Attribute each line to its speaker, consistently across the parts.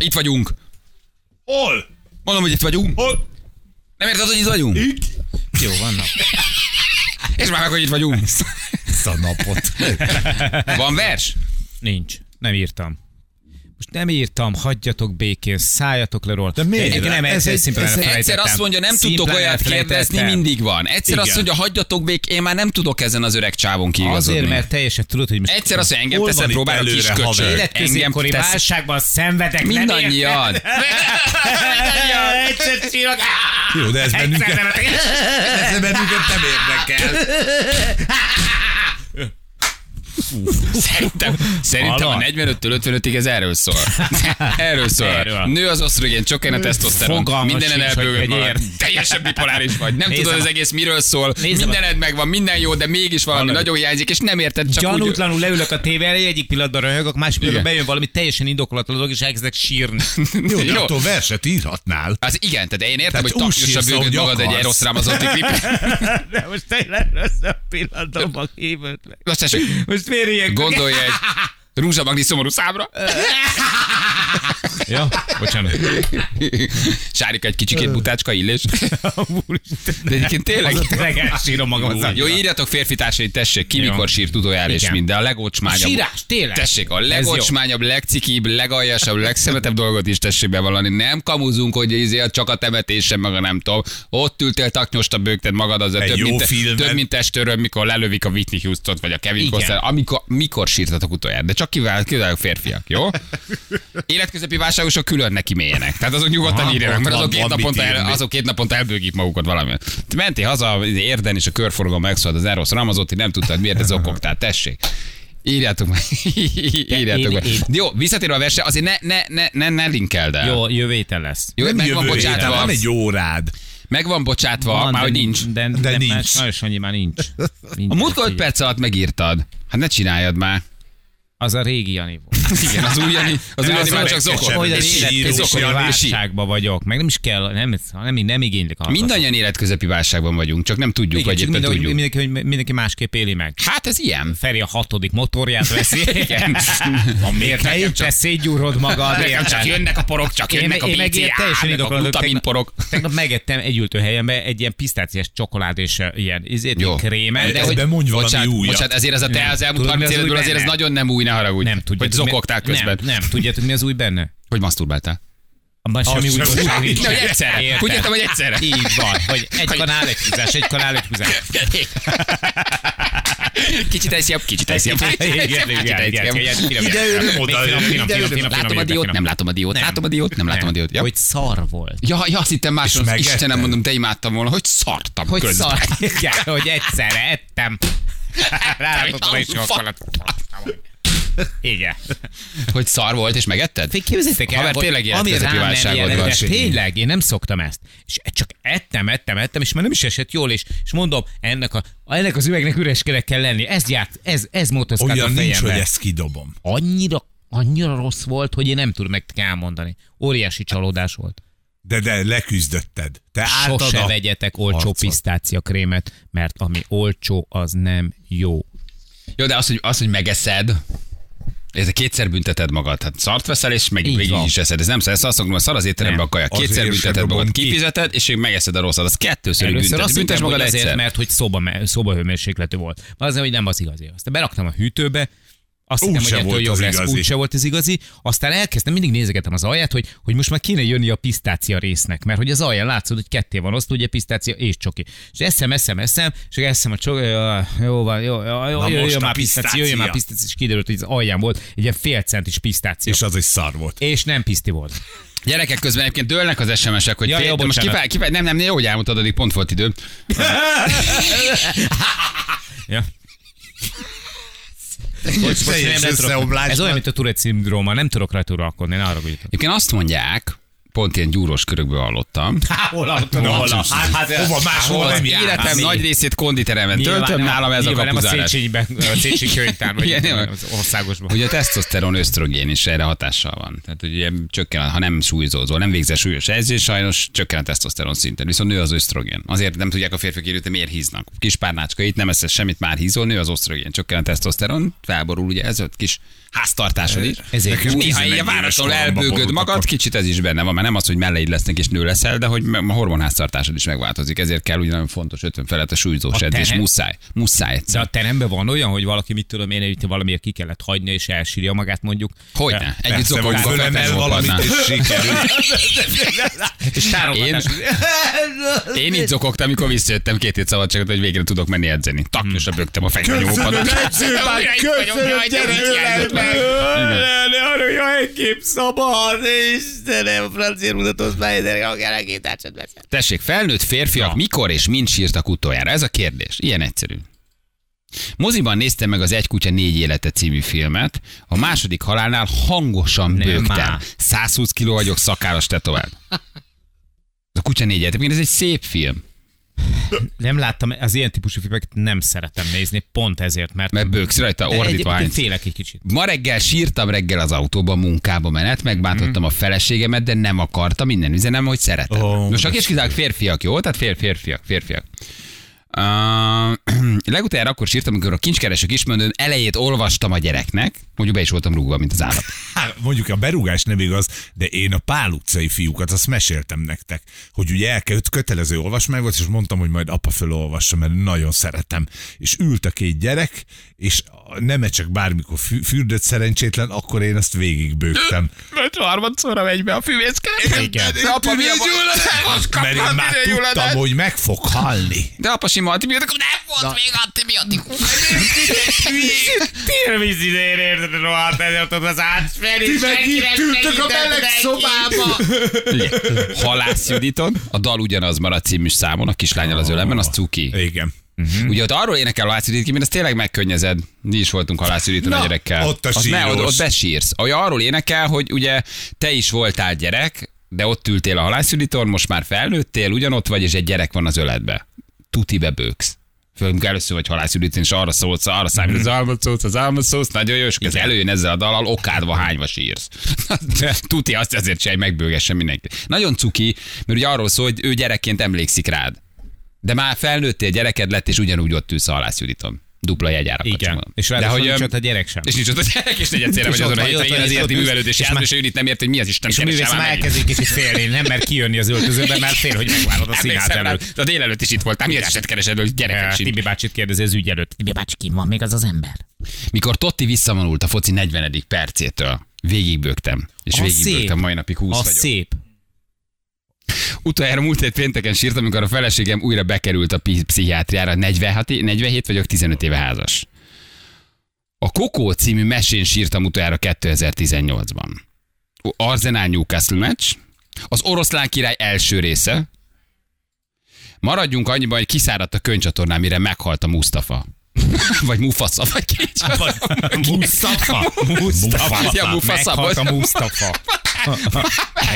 Speaker 1: Itt vagyunk.
Speaker 2: Hol?
Speaker 1: Mondom, hogy itt vagyunk.
Speaker 2: Hol?
Speaker 1: Nem érted, hogy itt vagyunk?
Speaker 2: Itt?
Speaker 3: Jó, vannak.
Speaker 1: És már meg, hogy itt vagyunk.
Speaker 3: Ezt a napot.
Speaker 1: Van vers?
Speaker 3: Nincs. Nem írtam. Most nem írtam, hagyjatok békén, szálljatok le róla. De
Speaker 2: miért?
Speaker 3: Nem,
Speaker 2: Ez egy-
Speaker 3: ez egy,
Speaker 2: ez egy-
Speaker 3: szimplán
Speaker 1: Egyszer azt mondja, nem tudtok olyat kérdezni, mindig van. Egyszer
Speaker 2: Igen.
Speaker 1: azt mondja, hagyjatok bék, én már nem tudok ezen az öreg csávon kiigazodni.
Speaker 3: Azért, mert teljesen tudod, hogy most
Speaker 1: Egyszer azt mondja, engem
Speaker 2: Hol
Speaker 1: teszed
Speaker 2: van itt
Speaker 1: próbára
Speaker 2: előre,
Speaker 1: kis
Speaker 2: haver?
Speaker 1: köcsög. Engem
Speaker 3: életközépkori
Speaker 1: tesz
Speaker 3: válságban szenvedek,
Speaker 1: mindannyian.
Speaker 3: Mindannyian. Egyszer csillog.
Speaker 2: Jó, de ez bennünket,
Speaker 3: Egyszer nem.
Speaker 2: ez bennünket nem érdekel.
Speaker 1: Szerintem, szerintem a
Speaker 3: Hallod?
Speaker 1: 45-től 55-ig ez erről szól. Erről szól.
Speaker 3: Erről. Hm,
Speaker 1: Nő az osztrogén, csökken a tesztoszteron.
Speaker 3: Fogalmas
Speaker 1: Mindenen
Speaker 3: sincs, hogy
Speaker 1: elbőgöd
Speaker 3: hogy
Speaker 1: magad.
Speaker 3: ér.
Speaker 1: Teljesen bipoláris vagy. Nem
Speaker 3: Nézem
Speaker 1: tudod
Speaker 3: a-
Speaker 1: az egész miről szól.
Speaker 3: Nézem a-
Speaker 1: Mindened megvan, minden jó, de mégis valami
Speaker 3: Hallod?
Speaker 1: nagyon hiányzik, és nem érted csak úgy.
Speaker 3: Gyanútlanul leülök a tévé elé, egyik pillanatban röhögök, másik pillanatban
Speaker 1: Igen.
Speaker 3: bejön valami teljesen indokolatlan dolog, és elkezdek sírni.
Speaker 2: Jó, de
Speaker 1: Jó.
Speaker 2: attól verset írhatnál.
Speaker 1: Az igen, tehát én értem,
Speaker 2: Tehát
Speaker 1: hogy
Speaker 2: úgy
Speaker 1: taktikusra
Speaker 2: sírsz, ahogy
Speaker 1: bőgöd magad egy
Speaker 2: akarsz.
Speaker 1: Eros Ramazzotti klip.
Speaker 3: De most tényleg rossz a pillanatban hívott meg.
Speaker 1: Most tessék,
Speaker 3: Most miért ilyen?
Speaker 1: gondolj egy Rúzsa Magni szomorú számra.
Speaker 3: Ja, bocsánat.
Speaker 1: Sárika egy kicsikét butácska illés. De egyébként tényleg...
Speaker 3: Tényleg elsírom magam. az
Speaker 1: Jó, írjatok férfi társai, tessék, ki
Speaker 3: Jó.
Speaker 1: mikor sírt utoljára és
Speaker 3: Igen.
Speaker 1: minden. A legocsmányabb.
Speaker 3: Sírás, tényleg.
Speaker 1: Tessék, a
Speaker 3: Ez jó.
Speaker 1: legocsmányabb, legcikibb, legaljasabb, legszemetebb dolgot is tessék bevallani. Nem kamuzunk, hogy izé, csak a temetésen maga nem tudom. Ott ültél, taknyosta bőgted magad az a
Speaker 2: Egy
Speaker 1: több,
Speaker 2: jó
Speaker 1: mint,
Speaker 2: filmen.
Speaker 1: több mint testőröm, mikor lelövik a Whitney Houston-t, vagy a Kevin
Speaker 3: Igen.
Speaker 1: Costner. Amikor, mikor sírtatok utoljára? De csak kivel, kivel férfiak, jó? Életközepi válságosok külön neki mélyenek. Tehát azok nyugodtan
Speaker 2: Aha,
Speaker 1: írjanak,
Speaker 2: ott
Speaker 1: mert
Speaker 2: van,
Speaker 1: azok két,
Speaker 2: van mit
Speaker 1: naponta el,
Speaker 2: írni.
Speaker 1: azok két naponta elbőgik magukat valamivel. Te Mentél haza, izé, érden és a körforgalom megszólt az Eros Ramazotti, nem tudtad miért ez okogtál, tessék. Írjátok meg. Írjátok
Speaker 3: én-
Speaker 1: meg.
Speaker 3: én-
Speaker 1: Jó, visszatérve a versre, azért ne, ne, ne, ne, ne linkeld el.
Speaker 3: Jó, jövő héten lesz.
Speaker 1: Jó,
Speaker 2: Nem
Speaker 1: meg van
Speaker 2: jövő héten,
Speaker 1: bocsátva.
Speaker 2: van egy órád.
Speaker 1: Meg van bocsátva, már hogy
Speaker 3: de
Speaker 1: nincs.
Speaker 3: De,
Speaker 2: De
Speaker 3: de
Speaker 2: nincs.
Speaker 3: nincs. Sajnos annyi már nincs. nincs
Speaker 1: A múltkor 5
Speaker 3: Figyelj,
Speaker 1: perc alatt megírtad. Hát ne csináljad már.
Speaker 3: Az a régi Jani volt.
Speaker 1: Igen, az új Jani, az új Jani már csak
Speaker 2: Olyan
Speaker 1: zokor.
Speaker 3: Olyan
Speaker 1: És sír, és
Speaker 3: életközepi
Speaker 1: zokor, és sír.
Speaker 3: válságban vagyok. Meg nem is kell, nem, nem, nem igénylik a
Speaker 1: Mindannyian életközepi válságban vagyunk, csak nem tudjuk,
Speaker 3: Igen,
Speaker 1: vagy
Speaker 3: csak
Speaker 1: éppen
Speaker 3: mind,
Speaker 1: tudjuk.
Speaker 3: mindenki, hogy mindenki másképp éli meg.
Speaker 1: Hát ez ilyen.
Speaker 3: Feri a hatodik motorját veszi. Igen. A miért
Speaker 1: Nekem
Speaker 3: nekem
Speaker 1: csak-
Speaker 3: csak... szétgyúrod magad.
Speaker 1: Nekem
Speaker 3: érted?
Speaker 1: csak jönnek a porok, csak
Speaker 3: Én
Speaker 1: jönnek
Speaker 3: meg-
Speaker 1: a
Speaker 3: én meg ilyen
Speaker 1: BCA,
Speaker 3: teljesen
Speaker 1: meg a
Speaker 3: indokolatlan-
Speaker 1: glutamin porok.
Speaker 3: Tegnap megettem egy ültőhelyemben egy ilyen pisztáciás csokolád és eh, ilyen izét,
Speaker 1: Jó.
Speaker 3: krémet.
Speaker 2: De
Speaker 3: de hogy
Speaker 2: ebben mondj valami
Speaker 1: bocsánat,
Speaker 2: újat.
Speaker 1: Bocsánat, ezért ez a te az elmúlt
Speaker 3: Tudod,
Speaker 1: 30
Speaker 3: mi az új
Speaker 1: évből azért ez
Speaker 3: benne?
Speaker 1: nagyon nem új, ne haragudj.
Speaker 3: nem tudjátok.
Speaker 1: Hogy zokogtál
Speaker 3: mi-
Speaker 1: közben.
Speaker 3: Nem, nem, tudjátok mi az új benne?
Speaker 1: Hogy masturbáltál?
Speaker 3: Abban semmi új
Speaker 2: sem.
Speaker 3: új nincs.
Speaker 1: Na, hogy egyszerre.
Speaker 3: Érted?
Speaker 1: Úgy értem, hogy egyszerre.
Speaker 3: Így van, hogy egy
Speaker 1: Hogy-
Speaker 3: kanál, egy húzás, egy kanál, egy húzás.
Speaker 1: Kicsit ez jobb, kicsit ez jobb.
Speaker 3: Igen, igen, igen, igen, igen.
Speaker 2: Ide öröm, oda öröm. Ide öröm.
Speaker 1: Látom a diót, nem látom a diót, látom a diót, nem látom a diót. Ja.
Speaker 3: Hogy szar volt.
Speaker 1: Ja, ja, azt hittem máson,
Speaker 2: megetted?
Speaker 1: Istenem mondom, de imádtam volna, hogy szartam
Speaker 3: Hogy
Speaker 1: közben.
Speaker 3: szar. Igen, hogy egyszerre ettem. Rálátottam egy
Speaker 1: Fasz.
Speaker 3: sokkolat. Igen.
Speaker 1: Hogy szar volt, és megetted?
Speaker 3: Fél képzeljétek el,
Speaker 1: Haver,
Speaker 3: hogy
Speaker 1: tényleg ilyen
Speaker 3: ami
Speaker 1: közötti
Speaker 3: rám nem
Speaker 1: válságod
Speaker 3: jelent,
Speaker 1: van,
Speaker 3: de
Speaker 1: Sinyi.
Speaker 3: Tényleg, én nem szoktam ezt. És csak ettem, ettem, ettem, és már nem is esett jól, és, és mondom, ennek, a, ennek az üvegnek üres kerek kell lenni. Ez járt, ez, ez motoszkált a
Speaker 2: Olyan
Speaker 3: fejemben.
Speaker 2: nincs, hogy ezt kidobom.
Speaker 3: Annyira, annyira rossz volt, hogy én nem tudom nektek elmondani. Óriási csalódás volt.
Speaker 2: De, de leküzdötted. Te álltad
Speaker 3: Sose
Speaker 2: a...
Speaker 3: vegyetek olcsó
Speaker 2: harcot.
Speaker 3: pisztácia krémet, mert ami olcsó, az nem jó.
Speaker 1: Jó, de az, hogy, az, hogy megeszed, ez a kétszer bünteted magad. Hát szart veszel, és meg
Speaker 3: Így
Speaker 1: végig
Speaker 3: van.
Speaker 1: is eszed. Ez nem szar, ezt azt mondom, a szar az étteremben
Speaker 3: Nem.
Speaker 1: a kaja.
Speaker 2: Azért
Speaker 1: Kétszer
Speaker 2: sem
Speaker 1: bünteted
Speaker 2: dobom
Speaker 1: magad,
Speaker 2: ki.
Speaker 1: kifizeted, és még megeszed a rosszat. Az kettőször
Speaker 3: Először
Speaker 1: bünteted.
Speaker 3: azt
Speaker 1: Büntes
Speaker 3: hittem,
Speaker 1: magad
Speaker 3: hogy azért,
Speaker 1: egyszer.
Speaker 3: mert hogy szoba, szobahőmérsékletű volt. Azért, hogy nem az igazi. Aztán beraktam a hűtőbe, azt
Speaker 2: Úgy
Speaker 3: hittem, hogy
Speaker 2: se
Speaker 3: ettől
Speaker 2: volt
Speaker 3: jobb
Speaker 2: az
Speaker 3: lesz,
Speaker 2: igazi.
Speaker 3: úgy se volt az igazi. Aztán elkezdtem, mindig nézegetem az alját, hogy, hogy most már kéne jönni a pisztácia résznek, mert hogy az alján látszod, hogy ketté van osztva, ugye pisztácia és csoki. És eszem, eszem, eszem, és eszem a csoki, jó van, jó, jó, jó,
Speaker 2: Na
Speaker 3: jó,
Speaker 2: most
Speaker 3: jó
Speaker 2: a
Speaker 3: már pisztácia, jó,
Speaker 2: pisztácia.
Speaker 3: már pisztácia, és kiderült, hogy az alján volt egy ilyen fél centis pisztácia. És,
Speaker 2: És az egy szar volt.
Speaker 3: és nem piszti volt.
Speaker 1: Gyerekek közben egyébként dőlnek az SMS-ek, hogy
Speaker 3: Ja,
Speaker 1: fél,
Speaker 3: jó,
Speaker 1: de most
Speaker 3: bocsánat.
Speaker 1: kifáj, kifáj, nem, nem, jó, hogy elmondtad, addig pont volt idő.
Speaker 3: Ja.
Speaker 2: Teljes
Speaker 3: Most én nem lehet-
Speaker 2: összeomlás.
Speaker 3: Ez olyan, mint a Tourette szindróma, nem tudok rajta uralkodni, ne arra gondoljatok.
Speaker 1: Egyébként azt mondják, pont ilyen gyúros körökből hallottam.
Speaker 3: Hol a
Speaker 2: hol a- hát- hát- hova máshol
Speaker 1: Az
Speaker 2: nem jár.
Speaker 1: életem
Speaker 2: Hát,
Speaker 1: nagy részét konditeremben töltöm, nálam ez a
Speaker 3: nem a
Speaker 1: kapuzárás.
Speaker 3: Széchenyiben, a Széchenyi könyvtárban, vagy
Speaker 1: Igen,
Speaker 3: nem,
Speaker 1: nem.
Speaker 3: az országosban.
Speaker 1: Ugye a tesztoszteron, ösztrogén is erre hatással van. Tehát ugye csökken, ha nem súlyzózol, nem végzel súlyos edzés, sajnos csökken a tesztoszteron szinten. Viszont nő az ösztrogén. Azért nem tudják a férfiak érőt, miért híznak. Kis párnácska, itt nem eszel semmit, már hízol, nő az ösztrogén, csökken a tesztoszteron, felborul ugye ez a kis háztartásod is.
Speaker 3: ezért
Speaker 1: És
Speaker 2: jó.
Speaker 1: néha
Speaker 2: 11
Speaker 1: ilyen
Speaker 2: éves
Speaker 1: váratlanul
Speaker 2: koromban
Speaker 1: elbőgöd
Speaker 2: borultak
Speaker 1: magad,
Speaker 2: a-
Speaker 1: kicsit ez is benne van, mert nem az, hogy melleid lesznek és nő leszel, de hogy a hormonháztartásod is megváltozik, ezért kell úgy nagyon fontos 50 felett a súlyzós
Speaker 3: A
Speaker 1: edzés,
Speaker 3: tehe-
Speaker 1: muszáj, muszáj
Speaker 3: De
Speaker 1: egyszer.
Speaker 3: a teremben van olyan, hogy valaki, mit tudom én, hogy valamiért ki kellett hagyni, és elsírja magát mondjuk.
Speaker 1: Hogyne, együtt
Speaker 2: Persze, vagy
Speaker 1: zokogva
Speaker 2: fölemel valamit, és sikerül.
Speaker 3: És tárogatás.
Speaker 1: Én így zokogtam, amikor visszajöttem két hét szabadságot, hogy végre tudok menni edzeni. Taknyosra bögtem a fekvenyópadat.
Speaker 3: edzőbár, köszönöm, gyere, öleld meg,
Speaker 4: Arról jaj, egy kép szabad, Istenem, francia mutatóz, Spider, akár a két társad beszél.
Speaker 1: Tessék, felnőtt férfiak mikor és mind sírtak utoljára? Ez a kérdés. Ilyen egyszerű. Moziban néztem meg az Egy kutya négy élete című filmet. A második halálnál hangosan
Speaker 3: Nem
Speaker 1: bőgtem.
Speaker 3: már.
Speaker 1: 120 kiló vagyok, szakállas tetovált. A kutya négy élete. Egyébként ez egy szép film,
Speaker 3: Nem láttam, az ilyen típusú filmeket nem szeretem nézni, pont ezért, mert...
Speaker 1: mert bőgsz rajta,
Speaker 3: De
Speaker 1: ordítva
Speaker 3: egyébként
Speaker 1: hánysz.
Speaker 3: félek egy kicsit.
Speaker 1: Ma reggel sírtam reggel az autóban, munkába menet, megbántottam a feleségemet, de nem akartam, minden üzenem, hogy szeretem.
Speaker 2: Ó,
Speaker 1: Oh, Most a kiskizák férfiak, jó? Tehát fér, férfiak, férfiak. Uh, legutoljára akkor sírtam, amikor a kincskereső kismondőn elejét olvastam a gyereknek, mondjuk be is voltam rúgva, mint az állat.
Speaker 2: Hát, mondjuk a berúgás nem igaz, de én a Pál utcai fiúkat, azt meséltem nektek, hogy ugye el kell, kötelező olvasmány volt, és mondtam, hogy majd apa fölolvassa, mert nagyon szeretem. És ült a két gyerek, és nem csak bármikor fü- fürdött szerencsétlen, akkor én azt végigbőgtem.
Speaker 1: Harmadszorra megy be a füvészkát.
Speaker 3: Igen.
Speaker 1: De apa, mi a
Speaker 2: Mert én már tudtam, hogy meg fog halni.
Speaker 1: De apa sima antibiotikum, nem volt még antibiotikum.
Speaker 4: Télvíz idején érted, rohadt ezért ott az át, Feri,
Speaker 2: meg itt ültök a meleg szobába.
Speaker 1: Halász Juditon, a dal ugyanaz marad című számon, a kislányal az ölemben, az cuki.
Speaker 2: Igen. Mhm.
Speaker 1: Mm. Ugye ott arról énekel Láci Ritki, mert ez tényleg megkönnyezed. Mi is voltunk a Láci Ritki a
Speaker 2: Na,
Speaker 1: gyerekkel.
Speaker 2: ott a
Speaker 1: Azt ne, ott,
Speaker 2: sírós.
Speaker 1: ott besírsz. Olyan arról énekel, hogy ugye te is voltál gyerek, de ott ültél a halászüliton, most már felnőttél, ugyanott vagy, és egy gyerek van az öletbe. Tuti bebőksz. Főleg, amikor először vagy halászülitin, és arra szólsz, arra
Speaker 2: Mhm.
Speaker 1: számít, az álmod szólsz, az álmod szólsz, nagyon jó, és az előjön ezzel a dallal, okádva hányva sírsz. Tuti azt azért se, hogy megbőgessen mindenki. Nagyon cuki, mert ugye arról szól, hogy ő gyerekként emlékszik rád. De már felnőttél, gyereked lett, és ugyanúgy ott ülsz a Halász Juditon. Dupla jegyárakat
Speaker 3: Igen.
Speaker 1: csinálom.
Speaker 3: És ráadásul nincs
Speaker 1: öm,
Speaker 3: ott a gyerek sem.
Speaker 1: És nincs ott a gyerek, és negyed célra
Speaker 3: És
Speaker 1: vagy
Speaker 3: ott
Speaker 1: azon a
Speaker 3: vagy, ott
Speaker 1: hétvégén
Speaker 3: vagy,
Speaker 1: az
Speaker 3: és
Speaker 1: életi
Speaker 3: ott
Speaker 1: művelődés
Speaker 3: és
Speaker 1: jársz,
Speaker 3: már-
Speaker 1: és hát ő itt nem ért, hogy mi az Isten
Speaker 3: És a művész már elkezdik kicsit félni, nem mert kijönni az öltözőbe, mert fél, hogy megvárod a színház előtt.
Speaker 1: a délelőtt is itt voltam, mi az Istent keresed, hogy gyerekek
Speaker 3: Eh,
Speaker 1: sincs.
Speaker 3: Tibi bácsit kérdezi az ügy előtt. Tibi bácsi, kim van még az az ember?
Speaker 1: Mikor Totti visszamanult a foci 40. percétől, végigbőgtem. És
Speaker 3: A
Speaker 1: végigbőgtem,
Speaker 3: Ah, szép. Ah,
Speaker 1: mai napig 20
Speaker 3: A
Speaker 1: vagyok.
Speaker 3: szép.
Speaker 1: Utoljára múlt hét pénteken sírtam, amikor a feleségem újra bekerült a pi- pszichiátriára. 46, é- 47 vagyok, 15 éve házas. A Kokó című mesén sírtam utoljára 2018-ban. Arsenal Newcastle meccs, az oroszlán király első része, Maradjunk annyiban, hogy kiszáradt a könycsatornán, mire meghalt a Mustafa. vagy Mufasa, vagy
Speaker 3: Hát
Speaker 1: kicsoda.
Speaker 3: Mustafa. Mustafa.
Speaker 1: Ja, Mustafa.
Speaker 3: Meghalt a Mustafa.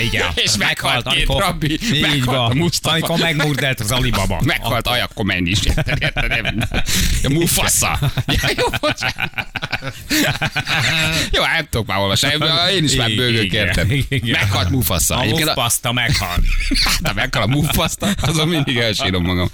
Speaker 3: Igen.
Speaker 1: És meghalt két
Speaker 3: amikor-
Speaker 1: rabbi,
Speaker 3: Így
Speaker 1: meghalt a
Speaker 3: van.
Speaker 1: Mustafa.
Speaker 3: Amikor megmurdelt az Alibaba.
Speaker 1: Meghalt a... Ajakko menni is, érted? érted? Nem- Ja, Mufasa. Ja, jó, bocsánat. jó, hát nem tudok már olvasni. Én is már
Speaker 3: Igen,
Speaker 1: bőgök értem.
Speaker 3: igen.
Speaker 1: Meghalt Mufasa.
Speaker 3: A
Speaker 1: Egyébként a,
Speaker 3: lufpasta meghalt.
Speaker 1: de meghal a mufaszta, azon mindig elsírom magam.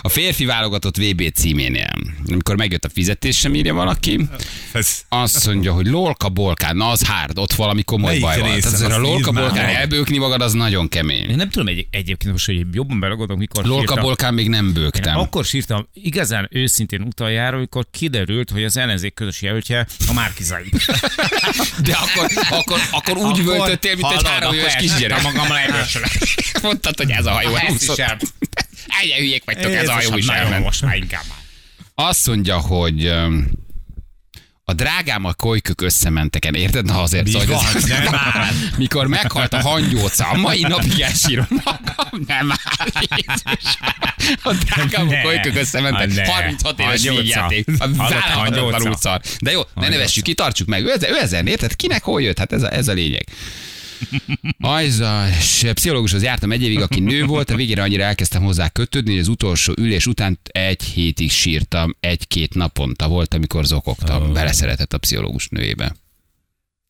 Speaker 1: A férfi válogatott VB címénél, amikor megjött a fizetés, sem írja valaki,
Speaker 2: Ez
Speaker 1: azt mondja, hogy lolka bolkán, na az hárd, ott valami komoly
Speaker 2: Melyik
Speaker 1: baj van. Tehát
Speaker 2: részen?
Speaker 1: azért a
Speaker 2: Azt
Speaker 1: lolka
Speaker 2: írd már
Speaker 1: bolkán
Speaker 2: meg.
Speaker 1: elbőkni magad, az nagyon kemény.
Speaker 3: Én nem tudom egy, egyébként most, hogy jobban belegodom, mikor
Speaker 1: Lolka
Speaker 3: sírtam.
Speaker 1: bolkán még nem
Speaker 3: Én
Speaker 1: bőgtem.
Speaker 3: akkor sírtam igazán őszintén utoljára, amikor kiderült, hogy az ellenzék közös jelöltje a Márkizai.
Speaker 1: De akkor, akkor, akkor úgy
Speaker 3: Akkor
Speaker 1: völtöttél, mint egy
Speaker 3: hallod,
Speaker 1: három éves
Speaker 3: akkor
Speaker 1: kisgyerek.
Speaker 3: elszúrtam magam a levesre.
Speaker 1: Mondtad, hogy ez a hajó
Speaker 3: Ezt is
Speaker 1: elúszott.
Speaker 3: el-
Speaker 1: Egyen hülyék vagytok, ez a hajó is
Speaker 3: nagyon
Speaker 1: elment.
Speaker 3: most már inkább.
Speaker 1: Azt mondja, hogy öm, a drágám a kolykök összementeken, érted? Na azért szóval,
Speaker 2: van,
Speaker 1: ez-
Speaker 2: nem áll.
Speaker 1: Mikor meghalt a hangyóca, a mai napig elsírom magam, nem áll. Jézus. A drágám a
Speaker 3: Ne.
Speaker 1: kolykök
Speaker 3: A
Speaker 1: összementek,
Speaker 3: ne.
Speaker 1: 36 éves
Speaker 3: Hangyóca.
Speaker 1: vígjáték. A
Speaker 3: Hallott,
Speaker 1: vállalhatatlan
Speaker 3: hangyóca.
Speaker 1: útszar. De jó, ne nevessük ki, tartsuk meg. Ő ezen, ő ezen, érted? Kinek hol jött? Hát ez a, ez a lényeg. Ajza, és pszichológushoz jártam egy évig, aki nő volt, a végére annyira elkezdtem hozzá kötődni, hogy az utolsó ülés után egy hétig sírtam, egy-két naponta volt, amikor zokogtam. Beleszeretett a pszichológus nőjébe.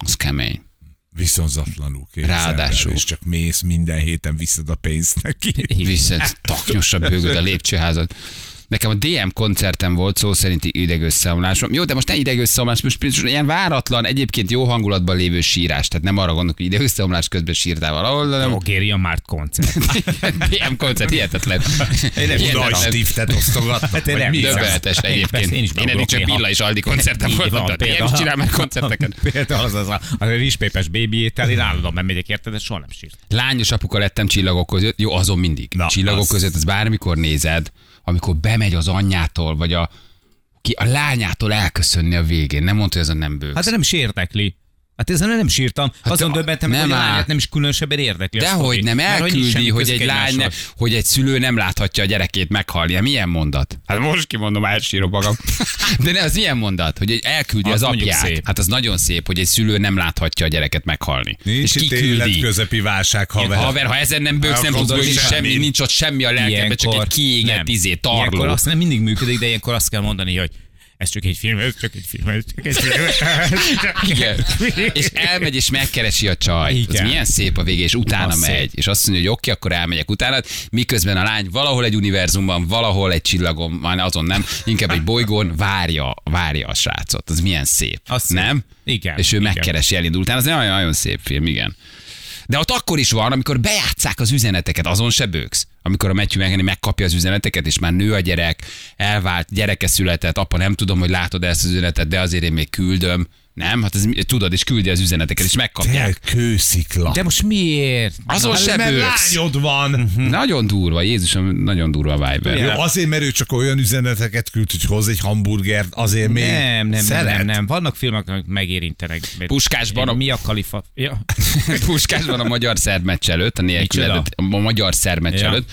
Speaker 1: Az kemény.
Speaker 2: Viszonzatlanul kész.
Speaker 1: Ráadásul.
Speaker 2: És csak mész minden héten visszad a pénzt neki.
Speaker 1: Viszont taknyosabb bőgöd a lépcsőházat. Nekem a DM koncertem volt szó szerinti idegösszámlásom. Jó, de most ne idegösszámlás, most most ilyen váratlan, egyébként jó hangulatban lévő sírás. Tehát nem arra gondolok, hogy idegösszámlás közben sírtál valahol, hanem
Speaker 3: Rogéria Márt koncert.
Speaker 1: DM koncert, hihetetlen.
Speaker 2: Én nem
Speaker 1: Hihetetlen.
Speaker 2: nagy stiftet osztogatnak.
Speaker 3: Hát én nem
Speaker 2: vagy mi
Speaker 3: hiszem.
Speaker 2: ez?
Speaker 1: Döbbenetes
Speaker 3: Én
Speaker 1: egyébként.
Speaker 3: persze, én
Speaker 1: Én,
Speaker 3: is
Speaker 1: eddig
Speaker 3: blogolok
Speaker 1: csak
Speaker 3: néha.
Speaker 1: Billa és Aldi koncerten
Speaker 3: Így
Speaker 1: voltam. tehát Én is csinál már koncerteket.
Speaker 3: Például az az a, az a rizspépes bébi étel, én állandóan bemegyek érted, de soha nem sírt.
Speaker 1: Lányos apuka lettem csillagok között, jó, azon mindig. Na,
Speaker 2: Na,
Speaker 1: csillagok az...
Speaker 2: az-
Speaker 1: között, ez bármikor nézed, amikor bemegy az anyjától, vagy a, ki a lányától elköszönni a végén. Nem mondta, hogy ez a nem bők.
Speaker 3: Hát de nem is érdekli. Hát ezen nem sírtam. Hát Azon
Speaker 1: de-
Speaker 3: döbbentem,
Speaker 1: nem
Speaker 3: hogy a
Speaker 1: áll.
Speaker 3: lányát nem is különösebben érdekli. a sztori.
Speaker 1: Dehogy nem
Speaker 3: Mert nincs
Speaker 1: elküldi,
Speaker 3: semmi
Speaker 1: hogy
Speaker 3: közük
Speaker 1: egy lány, ne,
Speaker 3: egymáshoz.
Speaker 1: hogy egy szülő nem láthatja a gyerekét meghalni. Milyen mondat? Hát most kimondom, elsírom magam. De ne, az ilyen mondat, hogy egy elküldi az,
Speaker 3: Azt
Speaker 1: az
Speaker 3: mondjuk
Speaker 1: apját. Szép.
Speaker 3: szép.
Speaker 1: Hát az nagyon szép, hogy egy szülő nem láthatja a gyereket meghalni.
Speaker 2: Nincs
Speaker 1: És
Speaker 2: itt
Speaker 1: kiküldi.
Speaker 2: életközepi válság,
Speaker 1: haver.
Speaker 2: haver.
Speaker 1: haver, ha ezen nem bőksz, nem
Speaker 2: Akkor
Speaker 1: tudsz bőgni
Speaker 2: nincs
Speaker 1: semmi,
Speaker 2: semmi.
Speaker 1: nincs ott semmi a lelkedben, csak egy kiégett izé, tarló.
Speaker 3: Ilyenkor azt nem mindig működik, de ilyenkor azt kell mondani, hogy ez csak egy film, ez csak egy film, ez csak egy film.
Speaker 1: Igen. És elmegy, és megkeresi a csaj. Igen.
Speaker 3: Igen.
Speaker 1: Az milyen szép a vége, és utána
Speaker 3: Az
Speaker 1: megy. És azt mondja, hogy oké, akkor elmegyek utána, miközben a lány valahol egy univerzumban, valahol egy csillagon, már azon nem, inkább egy bolygón várja, várja a srácot. Az milyen szép.
Speaker 3: Az szép.
Speaker 1: nem?
Speaker 3: Igen,
Speaker 1: És ő
Speaker 3: igen.
Speaker 1: megkeresi, elindul utána. Ez nagyon, nagyon szép film, igen. De ott akkor is van, amikor bejátszák az üzeneteket, azon se bőksz. Amikor a Matthew McKenny megkapja az üzeneteket, és már nő a gyerek, elvált, gyereke született, apa nem tudom, hogy látod ezt az üzenetet, de azért én még küldöm. Nem? Hát ez, mi- tudod, és küldi az üzeneteket, és megkapják.
Speaker 2: Te kőszikla.
Speaker 3: De most miért?
Speaker 1: Azon se
Speaker 2: mert
Speaker 1: bőksz.
Speaker 2: lányod van.
Speaker 3: Mhm.
Speaker 1: Nagyon durva, Jézusom, nagyon durva a Viber.
Speaker 2: Jó, azért, mert ő csak olyan üzeneteket küld, hogy hoz egy hamburgert, azért még
Speaker 3: Nem, nem, nem,
Speaker 2: szeret.
Speaker 3: nem, nem. Vannak filmek, amik megérintenek.
Speaker 1: Puskásban a-
Speaker 3: Mi a kalifa? Ja.
Speaker 1: Puskásban a magyar szerb meccs előtt, a, nélküledet, a magyar szerb meccs
Speaker 3: Ja.
Speaker 1: előtt,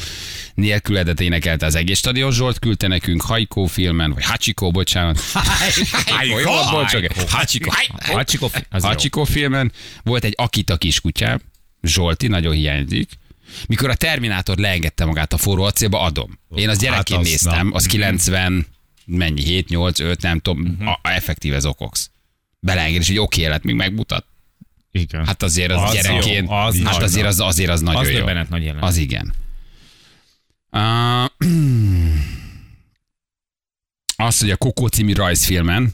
Speaker 1: nélküledet énekelte az egész stadion. Zsolt küldte nekünk Hajkó filmen, vagy Hachiko, bocsánat. Hajkó, jó, bocs, oké. Hachiko, Hajkó.
Speaker 3: Hachiko fi- az jó.
Speaker 1: Hachiko filmen volt egy Akita kiskutyám, Zsolti, nagyon hiányzik. Mikor a Terminátor leengedte magát a forró acélba, adom. Én az gyerekként
Speaker 2: az
Speaker 1: néztem,
Speaker 2: na.
Speaker 1: az 90, mennyi, 7, 8, 5, nem tudom, a, a effektív ez okox. Beleenged, és egy oké élet még megmutat.
Speaker 3: Igen.
Speaker 1: Hát azért az, az
Speaker 3: Az
Speaker 1: gyerekként,
Speaker 3: jó, az
Speaker 1: hát
Speaker 3: nagy.
Speaker 1: azért az, azért az nagyon
Speaker 3: az
Speaker 1: jó.
Speaker 3: döbbenet nagy jelenet.
Speaker 1: Az igen. Uh, az, hogy a Kokó című rajzfilmen,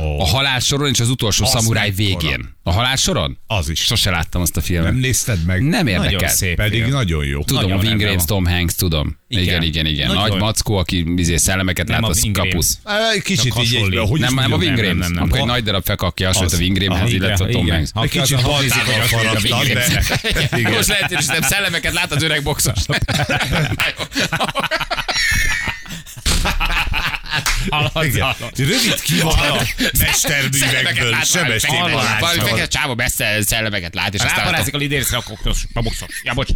Speaker 2: Ó,
Speaker 1: a halálsoron és az utolsó
Speaker 2: Az
Speaker 1: szamuráj
Speaker 2: mekkora.
Speaker 1: végén. A halálsoron?
Speaker 2: az is.
Speaker 1: Sose láttam azt a filmet.
Speaker 2: Nem
Speaker 1: Nem,
Speaker 2: nézted meg?
Speaker 1: nem érdekel.
Speaker 3: Nagyon szép.
Speaker 2: Pedig
Speaker 3: film.
Speaker 2: nagyon jó.
Speaker 1: Tudom,
Speaker 3: Nagyon
Speaker 1: a
Speaker 3: rendben
Speaker 1: Wingraves, Tom Hanks, tudom. Igen,
Speaker 3: Igen.
Speaker 1: igen, igen. igen.
Speaker 3: Nagyon.
Speaker 1: Nagy mackó, aki izé, szellemeket
Speaker 3: Nem
Speaker 1: lát,
Speaker 3: a
Speaker 1: az
Speaker 3: Wingraves.
Speaker 1: kapusz.
Speaker 2: Á, egy Kicsit
Speaker 3: Csak
Speaker 2: így
Speaker 3: hasonlít.
Speaker 2: egybe, hogy is
Speaker 1: Nem, nem a
Speaker 2: mondjam?
Speaker 1: Wingrames.
Speaker 3: nem, nem.
Speaker 1: Akkor egy
Speaker 2: Ha-
Speaker 1: nagy darab fek, aki hasonlít a Wingramhez,
Speaker 3: Igen,
Speaker 1: illetve a Tom
Speaker 3: igen.
Speaker 1: Hanks.
Speaker 3: Ha-
Speaker 2: Egy
Speaker 3: Aki az
Speaker 2: kicsit
Speaker 3: a
Speaker 2: baltával
Speaker 3: baltával
Speaker 2: faragtak, de...
Speaker 1: Igen. Most lehet, hogy nem szellemeket lát az öreg boxos.
Speaker 2: Igen. Rövid kivonal
Speaker 1: Szellemeket
Speaker 2: mesterművekből,
Speaker 1: lát
Speaker 2: Sebestén Szóval-
Speaker 1: valami- Valami
Speaker 2: Balázsról.
Speaker 1: fekete csávó messze szellemeket lát, és aztán...
Speaker 3: Ráparázik a lidércre a koktos, a boxos. Ja, bocs.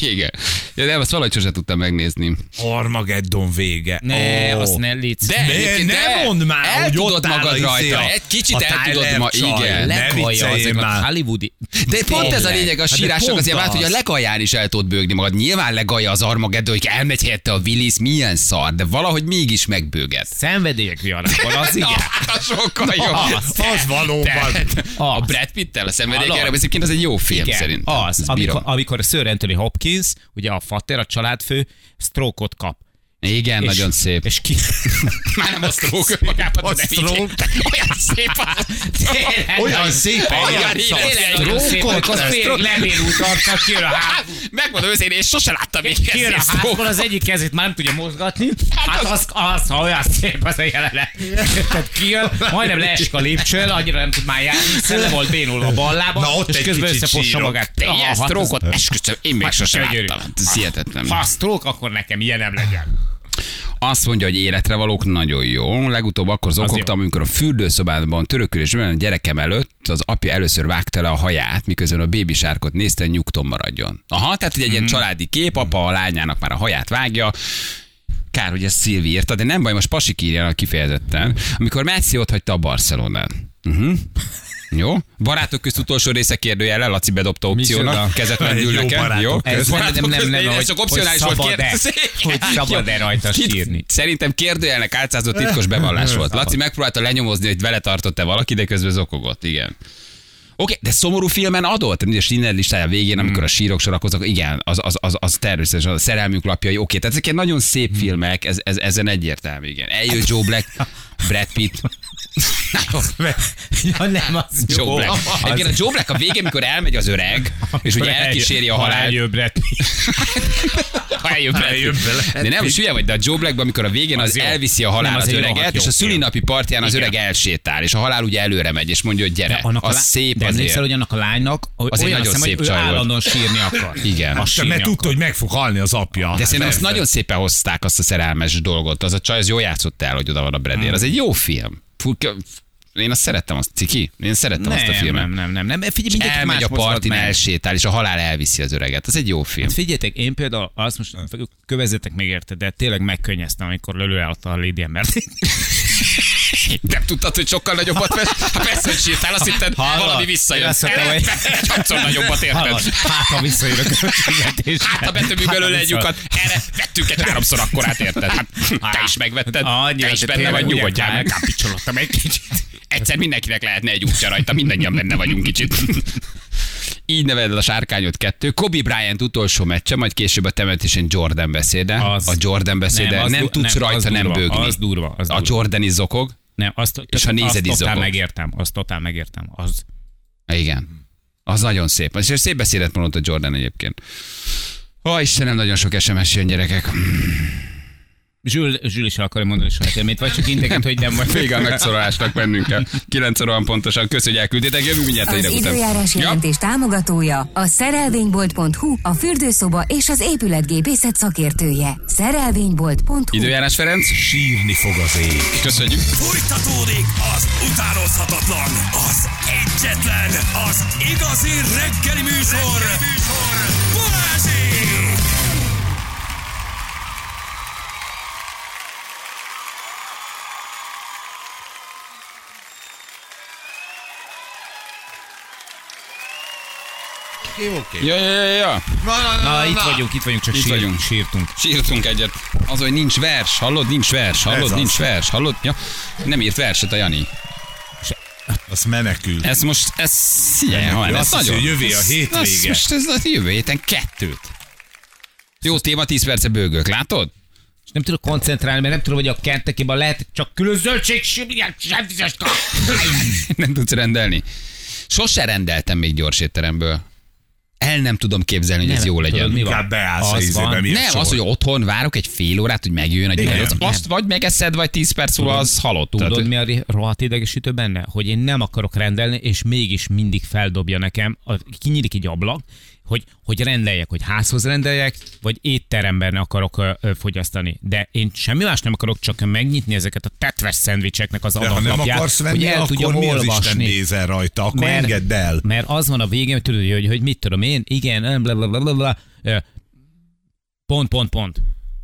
Speaker 1: Igen. Ja, nem, azt valahogy sose tudtam megnézni.
Speaker 2: Armageddon vége.
Speaker 3: Ne,
Speaker 2: Ó.
Speaker 3: azt ne létsz.
Speaker 1: De,
Speaker 2: Ne,
Speaker 1: egyébként
Speaker 2: ne
Speaker 1: de
Speaker 2: mondd már,
Speaker 1: el
Speaker 2: hogy
Speaker 1: tudod
Speaker 2: ott áll a
Speaker 1: magad
Speaker 2: izé
Speaker 1: rajta.
Speaker 2: a-
Speaker 1: Egy kicsit
Speaker 2: a
Speaker 1: el tudod
Speaker 2: Tyler
Speaker 1: ma,
Speaker 2: csaj.
Speaker 1: igen.
Speaker 2: Le-
Speaker 3: lekalja
Speaker 2: vicceljél
Speaker 3: azokat
Speaker 2: már.
Speaker 3: hollywoodi...
Speaker 1: De pont ez a
Speaker 3: Tényleg.
Speaker 1: lényeg a
Speaker 3: Hát de
Speaker 1: sírásnak,
Speaker 3: pont
Speaker 1: azért vált,
Speaker 3: az.
Speaker 1: hogy a legaján is el tudod bőgni magad. Nyilván legalja az Armageddon, hogy elmegy helyette a Willis, milyen szar, de valahogy mégis megbőget.
Speaker 3: Szenvedélyek viharában, az
Speaker 1: Na,
Speaker 3: igen.
Speaker 1: hát az sokkal jobb.
Speaker 2: Az, az valóban.
Speaker 1: Tehát a
Speaker 3: Az.
Speaker 1: Brad Pitt-tel a szenvedélyek
Speaker 3: Valami.
Speaker 1: erre, egyébként az egy jó film
Speaker 3: Igen,
Speaker 1: szerintem.
Speaker 3: az,
Speaker 1: Ezt bírom.
Speaker 3: amikor, amikor Sir Anthony Hopkins, ugye a fater, a családfő, sztrókot kap.
Speaker 1: Igen,
Speaker 3: És-
Speaker 1: nagyon szép.
Speaker 3: És ki...
Speaker 1: Már nem a stroke önmagában,
Speaker 2: A
Speaker 1: de így-
Speaker 2: stroke.
Speaker 1: Olyan szép az.
Speaker 2: Olyan szép
Speaker 1: Olyan
Speaker 2: arccal.
Speaker 1: szép.
Speaker 3: Nagyon szép,
Speaker 1: Stroke-ot,
Speaker 3: amikor
Speaker 1: a
Speaker 3: félig
Speaker 1: stroke.
Speaker 3: lebérult arccal kijön a hát.
Speaker 1: Megmondom őszintén, én sose láttam még
Speaker 3: Kijön a hátból, az egyik kezét már nem tudja mozgatni. Hát az, az, ha olyan szép az a jelenet. Tehát kijön, majdnem leesik a lépcsőn, annyira nem tud már járni, szelle volt bénulva a ballába,
Speaker 2: Na, ott
Speaker 3: és
Speaker 2: egy
Speaker 3: közben
Speaker 2: kicsit
Speaker 3: összefossa
Speaker 2: sírok.
Speaker 3: magát. Aha,
Speaker 1: Ilyen
Speaker 3: hát az-
Speaker 1: sztrókot, esküszöm, én még
Speaker 3: Hát
Speaker 1: sose
Speaker 3: gyönyörű.
Speaker 1: láttam. Hát Ez hihetetlen.
Speaker 3: Ha a stroke, akkor nekem ilyen nem legyen.
Speaker 1: Azt mondja, hogy életre valók nagyon jó. Legutóbb akkor zokogtam, amikor a fürdőszobában törökülésben a gyerekem előtt az apja először vágta le a haját, miközben a bébi sárkot nézte, hogy nyugton maradjon. Aha, tehát hogy egy ilyen családi kép, apa a lányának már a haját vágja, Kár, hogy ezt Szilvi írta, de nem baj, most pasik írjanak kifejezetten. Amikor Messi ott hagyta a Barcelonát. Uh-huh. Jó? Barátok közt utolsó része kérdőjele, Laci bedobta
Speaker 3: Micsoda?
Speaker 1: opciónak, kezet
Speaker 2: Jó
Speaker 1: mendül nekem.
Speaker 2: barátok
Speaker 1: Jó?
Speaker 2: közt.
Speaker 1: Ez
Speaker 3: nem, nem, nem, nem,
Speaker 1: ez
Speaker 3: hogy-
Speaker 1: csak
Speaker 3: hogy
Speaker 1: opcionális volt
Speaker 3: szabad-e?
Speaker 1: kérdezni.
Speaker 3: Hogy szabad-e
Speaker 1: Jó.
Speaker 3: rajta
Speaker 1: Kit-
Speaker 3: sírni?
Speaker 1: Szerintem kérdőjelnek álcázott titkos bevallás volt. Laci megpróbálta lenyomozni, hogy vele tartott-e valaki, de közben zokogott, igen. Oké, de szomorú filmen adott? Ugye Schindler listája végén, amikor a sírok sorakoznak, igen, az, az, az, az természetesen a szerelmünk lapjai, oké, tehát ezek ilyen nagyon szép filmek, ez, ez, ezen egyértelmű, igen. Eljön Joe Black, Brad Pitt. Na jó,
Speaker 3: Ja, nem, az
Speaker 1: Joe
Speaker 3: jó.
Speaker 1: Black.
Speaker 3: Az-
Speaker 1: Egyébként a Joe Black a végén, mikor elmegy az öreg, és ugye elkíséri a halált,
Speaker 3: Eljön Brad Pitt.
Speaker 1: ha eljön bele. De nem, most hülye vagy, de a Joe Blackban, amikor a végén az,
Speaker 3: jó.
Speaker 1: elviszi a halál
Speaker 3: Nem, az
Speaker 1: az
Speaker 3: egy
Speaker 1: öreget,
Speaker 3: rohadt
Speaker 1: és
Speaker 3: jó
Speaker 1: a szülinapi partján az öreg elsétál, és a halál ugye előre megy, és mondja, hogy gyere.
Speaker 3: Annak
Speaker 1: Az
Speaker 3: lá-
Speaker 1: szép
Speaker 3: de emlékszel,
Speaker 1: azért.
Speaker 3: hogy annak a lánynak
Speaker 1: Az egy
Speaker 3: olyan
Speaker 1: nagyon
Speaker 3: hiszem,
Speaker 1: szép
Speaker 3: hogy ő
Speaker 1: csaj volt.
Speaker 3: állandóan sírni akar.
Speaker 1: Igen.
Speaker 3: A
Speaker 1: Azt
Speaker 2: Csak
Speaker 3: sírni
Speaker 2: mert
Speaker 3: akar.
Speaker 2: tudta, hogy meg fog halni az apja.
Speaker 1: De szerintem azt
Speaker 2: Hát Persze.
Speaker 1: nagyon szépen hozták azt a szerelmes dolgot. Az a csaj, az jó játszott el, hogy oda van a
Speaker 3: Hmm.
Speaker 1: Bredér. Az egy jó film. Fú, k- én azt szerettem, azt ciki. Én szerettem azt a
Speaker 3: Nem,
Speaker 1: filmet.
Speaker 3: nem, nem, nem, nem. Figyelj,
Speaker 1: És
Speaker 3: mindenki
Speaker 1: elmegy
Speaker 3: más
Speaker 1: a partin,
Speaker 3: meg.
Speaker 1: elsétál, és a halál elviszi az öreget. Ez egy jó film.
Speaker 3: Hát figyeljetek, én például azt most kövezzetek még érte, de tényleg megkönnyeztem, amikor lölő a Lady Embert. Hát,
Speaker 1: Nem tudtad, hogy sokkal nagyobbat vesz? Hát persze, hogy sétál, azt hitted,
Speaker 3: Hallod?
Speaker 1: valami
Speaker 3: Én
Speaker 1: visszajön.
Speaker 3: azt hittem, hogy-
Speaker 1: Egy hatszor nagyobbat érted.
Speaker 3: Hát, ha visszajön a költségvetésre.
Speaker 1: Hát a betömjük
Speaker 3: ha
Speaker 1: belőle hát, egy
Speaker 3: vissza-
Speaker 1: lyukat, erre vettünk egy háromszor akkorát, érted? Hát, te is megvetted,
Speaker 3: Annyira,
Speaker 1: te is
Speaker 3: de
Speaker 1: benne
Speaker 3: tényleg
Speaker 1: vagy,
Speaker 3: úgy
Speaker 1: nyugodjál
Speaker 3: kell.
Speaker 1: meg.
Speaker 3: Kápicsolottam egy kicsit.
Speaker 1: Egyszer mindenkinek lehetne egy útja rajta, mindannyian benne vagyunk kicsit. Így neveled a sárkányot kettő. Kobe Bryant utolsó meccse, majd később a temetésen Jordan beszéde.
Speaker 3: Az-
Speaker 1: a Jordan beszéde.
Speaker 3: nem,
Speaker 1: Nem,
Speaker 3: az du-
Speaker 1: tudsz
Speaker 3: nem,
Speaker 1: rajta
Speaker 3: az
Speaker 1: nem
Speaker 3: durva,
Speaker 1: bőgni.
Speaker 3: az durva, az
Speaker 1: a
Speaker 3: durva.
Speaker 1: Jordan is zokog.
Speaker 3: Nem, azt,
Speaker 1: És ha nézed,
Speaker 3: azt totál
Speaker 1: izzogod.
Speaker 3: megértem, azt totál megértem. Az,
Speaker 1: Igen. Az nagyon szép. És szép beszédet mondott a Jordan egyébként. Ó, Istenem, nagyon sok SMS jön, gyerekek.
Speaker 3: Zsül, Zsül is el akarja mondani saját élményt, vagy csak integet, hogy nem vagy.
Speaker 1: Vége a megszólalásnak bennünk kell. 9 óra van pontosan. Kösz, hogy elküldtétek. Jövünk mindjárt a
Speaker 5: Az
Speaker 1: hírek után.
Speaker 5: időjárás
Speaker 1: Ja?
Speaker 5: jelentés támogatója a szerelvénybolt.hu, a fürdőszoba és az épületgépészet szakértője. Szerelvénybolt.hu
Speaker 1: Időjárás Ferenc.
Speaker 2: Sírni fog az ég.
Speaker 1: Köszönjük.
Speaker 6: Folytatódik az utánozhatatlan, az egyetlen, az igazi reggeli műsor, reggeli műsor. Balázsék!
Speaker 1: Ja, ja, ja, ja.
Speaker 3: Na, itt vagyunk, itt vagyunk, csak
Speaker 1: Itt
Speaker 3: sír,
Speaker 1: vagyunk.
Speaker 3: sírtunk.
Speaker 1: Sírtunk egyet. Az, hogy nincs vers, hallod, nincs vers, hallod,
Speaker 2: Ez az.
Speaker 1: nincs vers, hallod. Ja, nem írt verset a Jani.
Speaker 2: Az menekül.
Speaker 1: Ez most, ez szíje, ha ez
Speaker 2: azt hiszi,
Speaker 1: nagyon.
Speaker 2: hogy jövő a
Speaker 1: ez-
Speaker 2: hétvége.
Speaker 1: Ez, most ez a jövő héten kettőt. Jó téma, 10 perce bőgök, látod?
Speaker 3: És nem tudok koncentrálni, mert nem tudom, hogy a kentekiben lehet csak külön zöldség, sírják, sem vizes kap.
Speaker 1: nem tudsz rendelni. Sose rendeltem még gyors étteremből. El nem tudom képzelni, hogy ez jó
Speaker 3: tudod,
Speaker 1: legyen.
Speaker 3: mi van?
Speaker 2: Inkább Hát beállsz a
Speaker 3: Az
Speaker 2: izébe,
Speaker 3: van.
Speaker 2: mi a
Speaker 1: Nem,
Speaker 2: sor.
Speaker 1: az, hogy otthon várok egy fél órát, hogy megjön a gyerek.
Speaker 2: nem.
Speaker 1: Azt vagy megeszed, vagy 10 perc múlva az halott. Tehát-
Speaker 3: Tudod, mi a ri- rohadt idegesítő benne? Hogy én nem akarok rendelni, és mégis mindig feldobja nekem, a, kinyílik egy ablak, hogy, hogy rendeljek, hogy házhoz rendeljek, vagy étteremben akarok ö, ö, fogyasztani. De én semmi más nem akarok, csak megnyitni ezeket a tetves szendvicseknek az
Speaker 2: De ha nem
Speaker 3: adatlapját,
Speaker 2: akarsz
Speaker 3: hogy
Speaker 2: venni,
Speaker 3: el
Speaker 2: akkor
Speaker 3: tudjam
Speaker 2: mi az Isten
Speaker 3: olvasni.
Speaker 2: nézel rajta? Akkor engedd el.
Speaker 3: Mert az van a végén, hogy tudod, hogy, hogy mit tudom én, igen, ö, bla, bla, bla, bla, bla, ö, pont, pont, pont.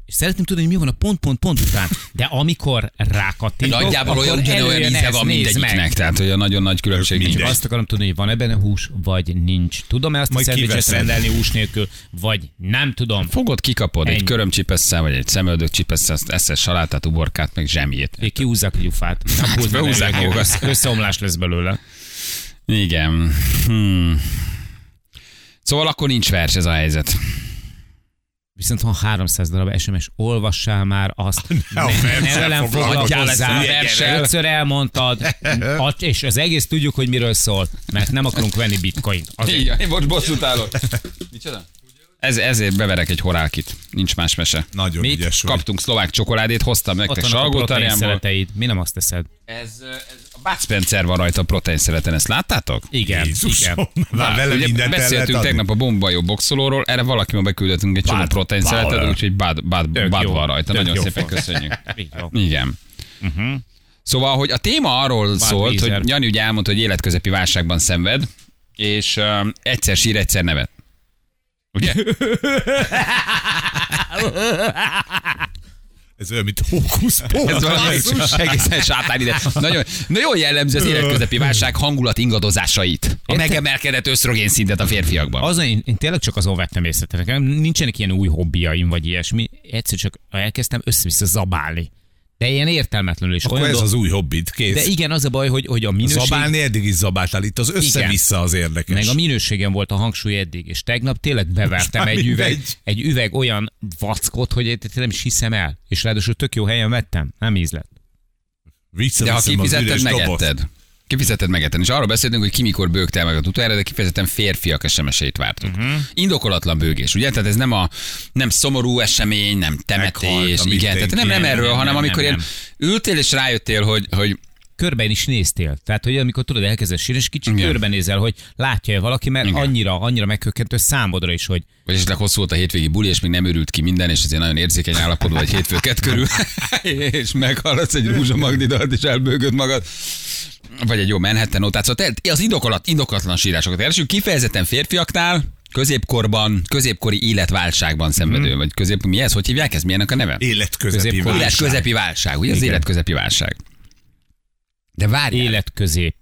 Speaker 3: És szeretném tudni, hogy mi van a pont, pont, pont után. De amikor rákattintok,
Speaker 1: Nagyjából
Speaker 3: akkor
Speaker 1: olyan ugyanolyan
Speaker 3: előjön
Speaker 1: íze
Speaker 3: ez,
Speaker 1: van
Speaker 3: nézd
Speaker 1: mindegyiknek,
Speaker 3: meg.
Speaker 1: tehát hogy a nagyon nagy különbség nincs.
Speaker 2: mindegy.
Speaker 1: Azt-
Speaker 3: Azt akarom tudni, hogy van ebben hús, vagy nincs. Tudom-e azt
Speaker 2: Majd
Speaker 3: a szendvicset
Speaker 2: kiveszed.
Speaker 3: rendelni hús nélkül, vagy nem tudom.
Speaker 1: Fogod, kikapod egy
Speaker 3: Ennyi.
Speaker 1: körömcsipesszel, vagy egy szemöldök csipesszel, azt eszel salátát, uborkát, meg zsemjét.
Speaker 3: Én kiúzzák a gyufát. Nem
Speaker 2: Hát
Speaker 3: húzd bele,
Speaker 1: Behúzzák
Speaker 3: elég jó.
Speaker 1: magukat.
Speaker 3: Összeomlás lesz belőle.
Speaker 1: Igen. Hmm. Szóval akkor nincs vers ez a helyzet.
Speaker 3: Viszont van 300 darab SMS, olvassál már azt.
Speaker 2: a
Speaker 3: Ne, ne
Speaker 2: verssel
Speaker 3: velem
Speaker 2: foglalkozz.
Speaker 3: foglalkozzál,
Speaker 1: Hagyjál ezt a
Speaker 3: verssel. ötször elmondtad, Ad- és az egész tudjuk, hogy miről szól, mert nem akarunk venni bitcoint. Azért.
Speaker 1: Igen, én most bosszút állok. Micsoda? Ez, ezért beverek egy horálkit. Nincs más mese.
Speaker 2: Nagyon
Speaker 1: Mit?
Speaker 2: ügyes vagy.
Speaker 1: Kaptunk szlovák csokoládét, hoztam
Speaker 3: Ott
Speaker 1: nektek
Speaker 3: vannak a protein
Speaker 1: salgótarjámból.
Speaker 3: szereteid, mi nem azt teszed?
Speaker 1: Ez, ez, a Bud Spencer van rajta a protein szeleten, ezt láttátok?
Speaker 3: Igen,
Speaker 2: Jézusom,
Speaker 3: igen.
Speaker 2: már vele
Speaker 1: Ugye
Speaker 2: mindent el lehet
Speaker 1: beszéltünk
Speaker 2: adni.
Speaker 1: tegnap a bombajó boxolóról, erre valaki ma beküldöttünk egy csomó
Speaker 2: Bud
Speaker 1: protein szeletet,
Speaker 2: Power.
Speaker 1: úgyhogy bad, bad,
Speaker 3: Tök
Speaker 1: bad
Speaker 3: jó.
Speaker 1: van rajta.
Speaker 3: Tök
Speaker 1: Nagyon
Speaker 3: jó
Speaker 1: szépen
Speaker 3: fog.
Speaker 1: köszönjük.
Speaker 3: Így van.
Speaker 1: Igen. Szóval, hogy a téma arról szólt,
Speaker 3: Vízer.
Speaker 1: hogy Jani ugye elmondta, hogy életközepi válságban szenved, és um, egyszer sír, egyszer nevet. Ugye?
Speaker 2: Ez olyan, mint hókusz
Speaker 1: Ez valami egészen sátán ide. Nagyon, nagyon jellemző az életközepi válság hangulat ingadozásait. A megemelkedett ösztrogén szintet a férfiakban.
Speaker 3: Az, én, én tényleg csak azon vettem észre, tehát nekem nincsenek ilyen új hobbiaim, vagy ilyesmi. Egyszer csak elkezdtem össze-vissza zabálni. De ilyen értelmetlenül is.
Speaker 2: Akkor
Speaker 3: Olyan
Speaker 2: ez
Speaker 3: dolg-
Speaker 2: az új hobbit, kész.
Speaker 3: De igen, az a baj, hogy, hogy a minőség...
Speaker 2: Zabálni eddig is zabáltál, itt az össze-vissza az érdekes.
Speaker 3: Meg a minőségem volt a hangsúly eddig, és tegnap tényleg bevertem
Speaker 2: már
Speaker 3: egy üveg,
Speaker 2: mindegy.
Speaker 3: egy üveg olyan vackot, hogy én nem is hiszem el. És ráadásul tök jó helyen vettem, nem ízlett.
Speaker 1: De ha
Speaker 2: Visszaviszem az
Speaker 1: kifizetted,
Speaker 2: üres dobozt.
Speaker 1: megetted. Kifizetted, megetted. És arról beszéltünk, hogy ki mikor bőgte el meg a utoljára, de kifejezetten férfiak esemeseit vártuk.
Speaker 3: Mhm.
Speaker 1: Uh-huh. Indokolatlan bőgés, ugye? Tehát ez nem a nem szomorú esemény, nem temetés,
Speaker 2: Meghalt a
Speaker 1: igen. Tehát nem,
Speaker 2: mindenki.
Speaker 1: nem
Speaker 3: Nem,
Speaker 1: erről,
Speaker 3: nem,
Speaker 1: hanem
Speaker 3: nem,
Speaker 1: amikor
Speaker 3: nem,
Speaker 1: ilyen ültél és rájöttél, hogy, hogy
Speaker 3: Körben is néztél. Tehát, hogy amikor tudod, elkezdesz sírni, és kicsit
Speaker 1: Igen.
Speaker 3: körbenézel, hogy látja-e valaki, mert
Speaker 1: Igen.
Speaker 3: annyira, annyira megkökkentő számodra is, hogy
Speaker 1: vagy esetleg hosszú volt a hétvégi buli, és még nem örült ki minden, és ezért nagyon érzékeny állapotban vagy hétfőket körül, és meghallasz egy rúzsa magdidart, és elbőgöd magad. Vagy egy jó Manhattan notát. Szóval te- az indokolat, indokolatlan sírásokat keresünk, kifejezetten férfiaknál, középkorban, középkori életválságban szenvedő,
Speaker 3: Mhm.
Speaker 1: vagy közép, mi ez, hogy hívják ez, milyennek a neve?
Speaker 2: Életközepi
Speaker 3: Középkor-
Speaker 2: válság.
Speaker 1: Életközepi válság, ugye az
Speaker 3: Igen.
Speaker 1: életközepi válság. De várjál,
Speaker 3: életközép,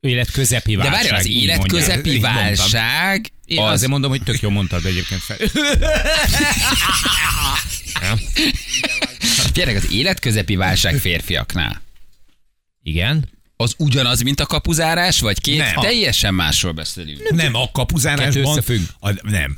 Speaker 3: életközepi
Speaker 1: de
Speaker 3: válság.
Speaker 1: várjál, az
Speaker 3: így mondják.
Speaker 1: életközepi
Speaker 3: Így mondtam.
Speaker 1: válság,
Speaker 3: Én
Speaker 1: az,
Speaker 3: azért mondom, hogy tök jól mondtad egyébként fel.
Speaker 1: Gyerek, az életközepi válság férfiaknál.
Speaker 3: Igen.
Speaker 1: Az ugyanaz, mint a kapuzárás, vagy két
Speaker 2: Nem.
Speaker 1: teljesen másról beszélünk?
Speaker 2: Nem, a
Speaker 3: Kettő
Speaker 2: kapuzárásban.
Speaker 3: összefügg.
Speaker 2: A, nem.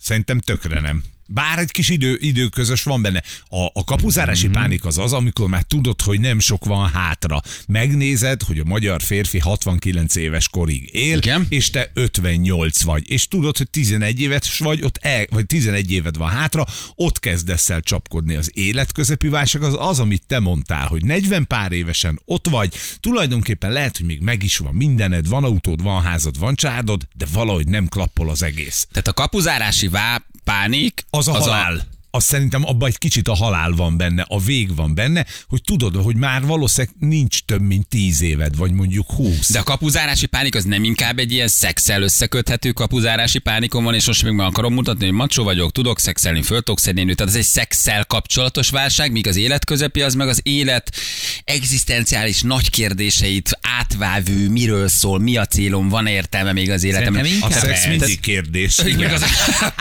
Speaker 2: Szerintem tökre nem. Bár egy kis idő, időközös van benne. A, a kapuzárási mm-hmm. pánik az az, amikor már tudod, hogy nem sok van hátra. Megnézed, hogy a magyar férfi 69 éves korig él,
Speaker 1: Igen.
Speaker 2: és te 58 vagy. És tudod, hogy 11 éves vagy, ott el, vagy 11 éved van hátra, ott kezdesz el csapkodni. Az életközepi válság az az, amit te mondtál, hogy 40 pár évesen ott vagy, tulajdonképpen lehet, hogy még meg is van mindened, van autód, van házad, van családod, de valahogy nem klappol az egész.
Speaker 1: Tehát a kapuzárási vá, pánik,
Speaker 2: Az a az halál. A... Azt szerintem abban egy kicsit a halál van benne, a vég van benne, hogy tudod, hogy már valószínűleg nincs több, mint 10 éved, vagy mondjuk 20.
Speaker 1: de a kapuzárási pánik az nem inkább egy ilyen szexel összeköthető kapuzárási pánikom van, és most még meg akarom mutatni, hogy macsó vagyok, tudok szexelni, föl tudok szedni nőt. Tehát ez egy szexel kapcsolatos válság, míg az életközepi az meg az élet egzisztenciális nagy kérdéseit átvávő, miről szól, mi a célom, van értelme még az életem.
Speaker 3: Szerintem
Speaker 2: A
Speaker 3: inkább
Speaker 2: szex
Speaker 3: ez.
Speaker 2: mindig kérdés.
Speaker 1: Igen. Még az,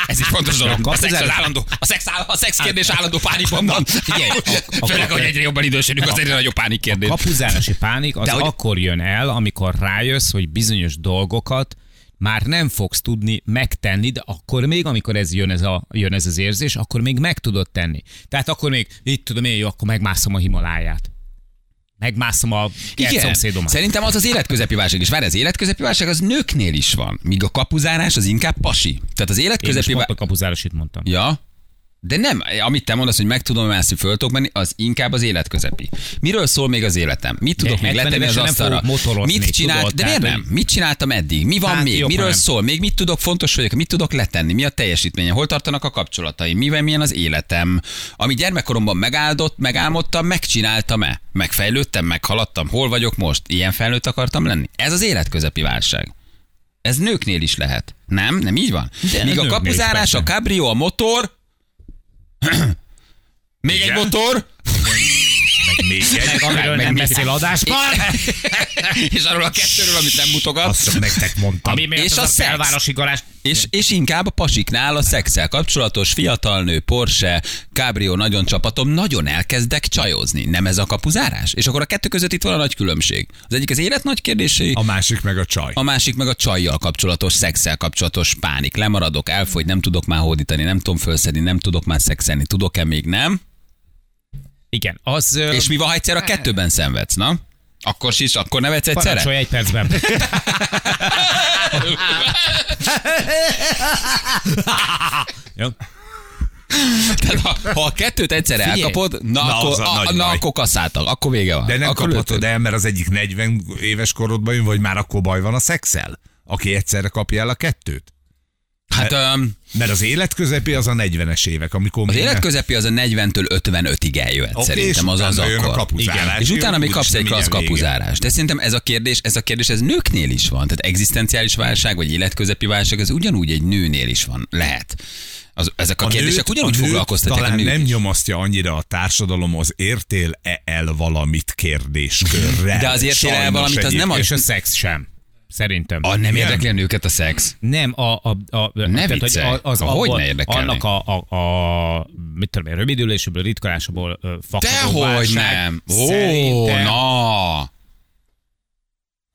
Speaker 1: ez egy fontos dolog.
Speaker 3: A
Speaker 1: A szex, az
Speaker 3: kapuzárás-
Speaker 1: állandó, a szex, áll, a szex kérdés állandó pánikban van.
Speaker 3: figyelj, a- a-
Speaker 1: Főleg, hogy egyre jobban idősödünk, az egyre nagyobb pánik kérdés.
Speaker 3: Kapuzárási pánik az
Speaker 1: De hogy-
Speaker 3: akkor jön el, amikor rájössz, hogy bizonyos dolgokat már nem fogsz tudni megtenni, de akkor még, amikor ez jön ez, a, jön ez az érzés, akkor még meg tudod tenni. Tehát akkor még, itt tudom én, jó, akkor megmászom a Himaláját. Megmászom a kert szomszédomat.
Speaker 1: Szerintem az az életközepi válság is. Várj, az életközepi válság az nőknél is van, míg a kapuzárás az inkább pasi. Tehát az
Speaker 3: Én most
Speaker 1: életközepi
Speaker 3: pont
Speaker 1: válság...
Speaker 3: a kapuzárosit mondtam.
Speaker 1: Ja, de nem, amit te mondasz, hogy meg tudom mászni, föl tudok menni, az inkább az életközepi. Miről szól még az életem? Mit tudok még
Speaker 3: 70
Speaker 1: letenni az
Speaker 3: évesen nem
Speaker 1: asztalra?
Speaker 3: fogok motorozni,
Speaker 1: mit csinált?
Speaker 3: tudod,
Speaker 1: de miért
Speaker 3: tehát,
Speaker 1: nem? Mit csináltam eddig? Mi van
Speaker 3: Hát,
Speaker 1: még?
Speaker 3: jobb, ha
Speaker 1: Miről
Speaker 3: nem.
Speaker 1: szól? Még mit tudok? Fontos vagyok. Mit tudok letenni? Mi a teljesítménye? Hol tartanak a kapcsolataim? Mivel milyen az életem? Ami gyermekkoromban megáldott, megálmodtam, megcsináltam-e? Megfejlődtem, meghaladtam? Hol vagyok most? Ilyen felnőtt akartam lenni? Ez az életközepi válság. Ez nőknél is lehet. Nem? Nem így van? De Míg a
Speaker 3: nőknél is,
Speaker 1: kapuzárás,
Speaker 3: persze.
Speaker 1: a kabrió, a motor, még egy motor,
Speaker 2: Meg még egy.
Speaker 3: Meg amiről
Speaker 1: meg
Speaker 3: nem
Speaker 1: mi-
Speaker 3: beszél adásban,
Speaker 1: és arról a kettőről, amit nem mutogat,
Speaker 2: Azt csak nektek mondtam.
Speaker 3: ami miatt
Speaker 1: És
Speaker 3: az
Speaker 1: a
Speaker 3: a
Speaker 1: szex.
Speaker 3: belvárosi garázs.
Speaker 1: és, és inkább a pasiknál a szexel kapcsolatos fiatal nő, Porsche, Cabrio nagyon csapatom, nagyon elkezdek csajozni. Nem ez a kapuzárás? És akkor a kettő között itt van a nagy különbség. Az egyik az élet nagy kérdései,
Speaker 2: A másik meg a csaj.
Speaker 1: a másik meg a csajjal kapcsolatos, szexel kapcsolatos pánik. Lemaradok, elfogy, nem tudok már hódítani, nem tudom felszedni, nem tudok már szexelni, tudok-e még nem?
Speaker 3: Igen, az...
Speaker 1: És mi van, ha egyszer a kettőben szenvedsz, na? Akkor is, akkor nevetsz egyszerre?
Speaker 3: Parancsolj egy percben. Jó.
Speaker 1: Tehát ha, ha a kettőt egyszerre
Speaker 3: Figyelj.
Speaker 1: elkapod, na, na,
Speaker 2: az
Speaker 1: akkor,
Speaker 2: a
Speaker 1: a,
Speaker 2: nagy
Speaker 1: na
Speaker 2: baj.
Speaker 1: akkor kasszáltak, akkor vége van.
Speaker 2: De nem
Speaker 1: akkor
Speaker 2: kaphatod el, mert az egyik 40 éves korodban jön, vagy már akkor baj van a szexel, aki egyszerre kapja el a kettőt.
Speaker 1: Hát öm,
Speaker 2: Mert az életközepi az a 40-es évek, amikor...
Speaker 1: az életközepi az a 40-től 55-ig eljöhet
Speaker 2: Oké,
Speaker 1: szerintem,
Speaker 2: és
Speaker 1: az az
Speaker 2: utána jön a
Speaker 1: akkor.
Speaker 2: kapuzárás.
Speaker 1: Igen. És
Speaker 2: Jön,
Speaker 1: utána még
Speaker 2: úgyis
Speaker 1: kapsz egy
Speaker 2: mindjárt
Speaker 1: klassz
Speaker 2: vége.
Speaker 1: kapuzárás. De szerintem ez a kérdés, ez a kérdés, ez nőknél is van. Tehát egzisztenciális válság, vagy életközepi válság, ez ugyanúgy egy nőnél is van. Lehet. Az, ezek a,
Speaker 2: nőt-
Speaker 1: kérdések ugyanúgy
Speaker 2: nőt
Speaker 1: foglalkoztatják a
Speaker 2: Talán
Speaker 1: nőt
Speaker 2: nem
Speaker 1: is.
Speaker 2: nyomasztja annyira a társadalom az értél-e el valamit kérdéskörre.
Speaker 1: De az értél el
Speaker 2: Sajnos
Speaker 1: valamit, az
Speaker 2: egyébként.
Speaker 1: nem a-
Speaker 3: És a szex sem. Szerintem.
Speaker 1: A nem
Speaker 2: Igen.
Speaker 1: érdekli a nőket a szex.
Speaker 3: Nem, a, a, a,
Speaker 1: viccelj. Ha, hogy ne érdekelni?
Speaker 3: annak a, a, a, mit tudom én, rövidüléséből, ritkolásából ö, fakadó
Speaker 1: Dehogy
Speaker 3: válság
Speaker 1: nem. Ó,
Speaker 3: szerintem-
Speaker 1: na.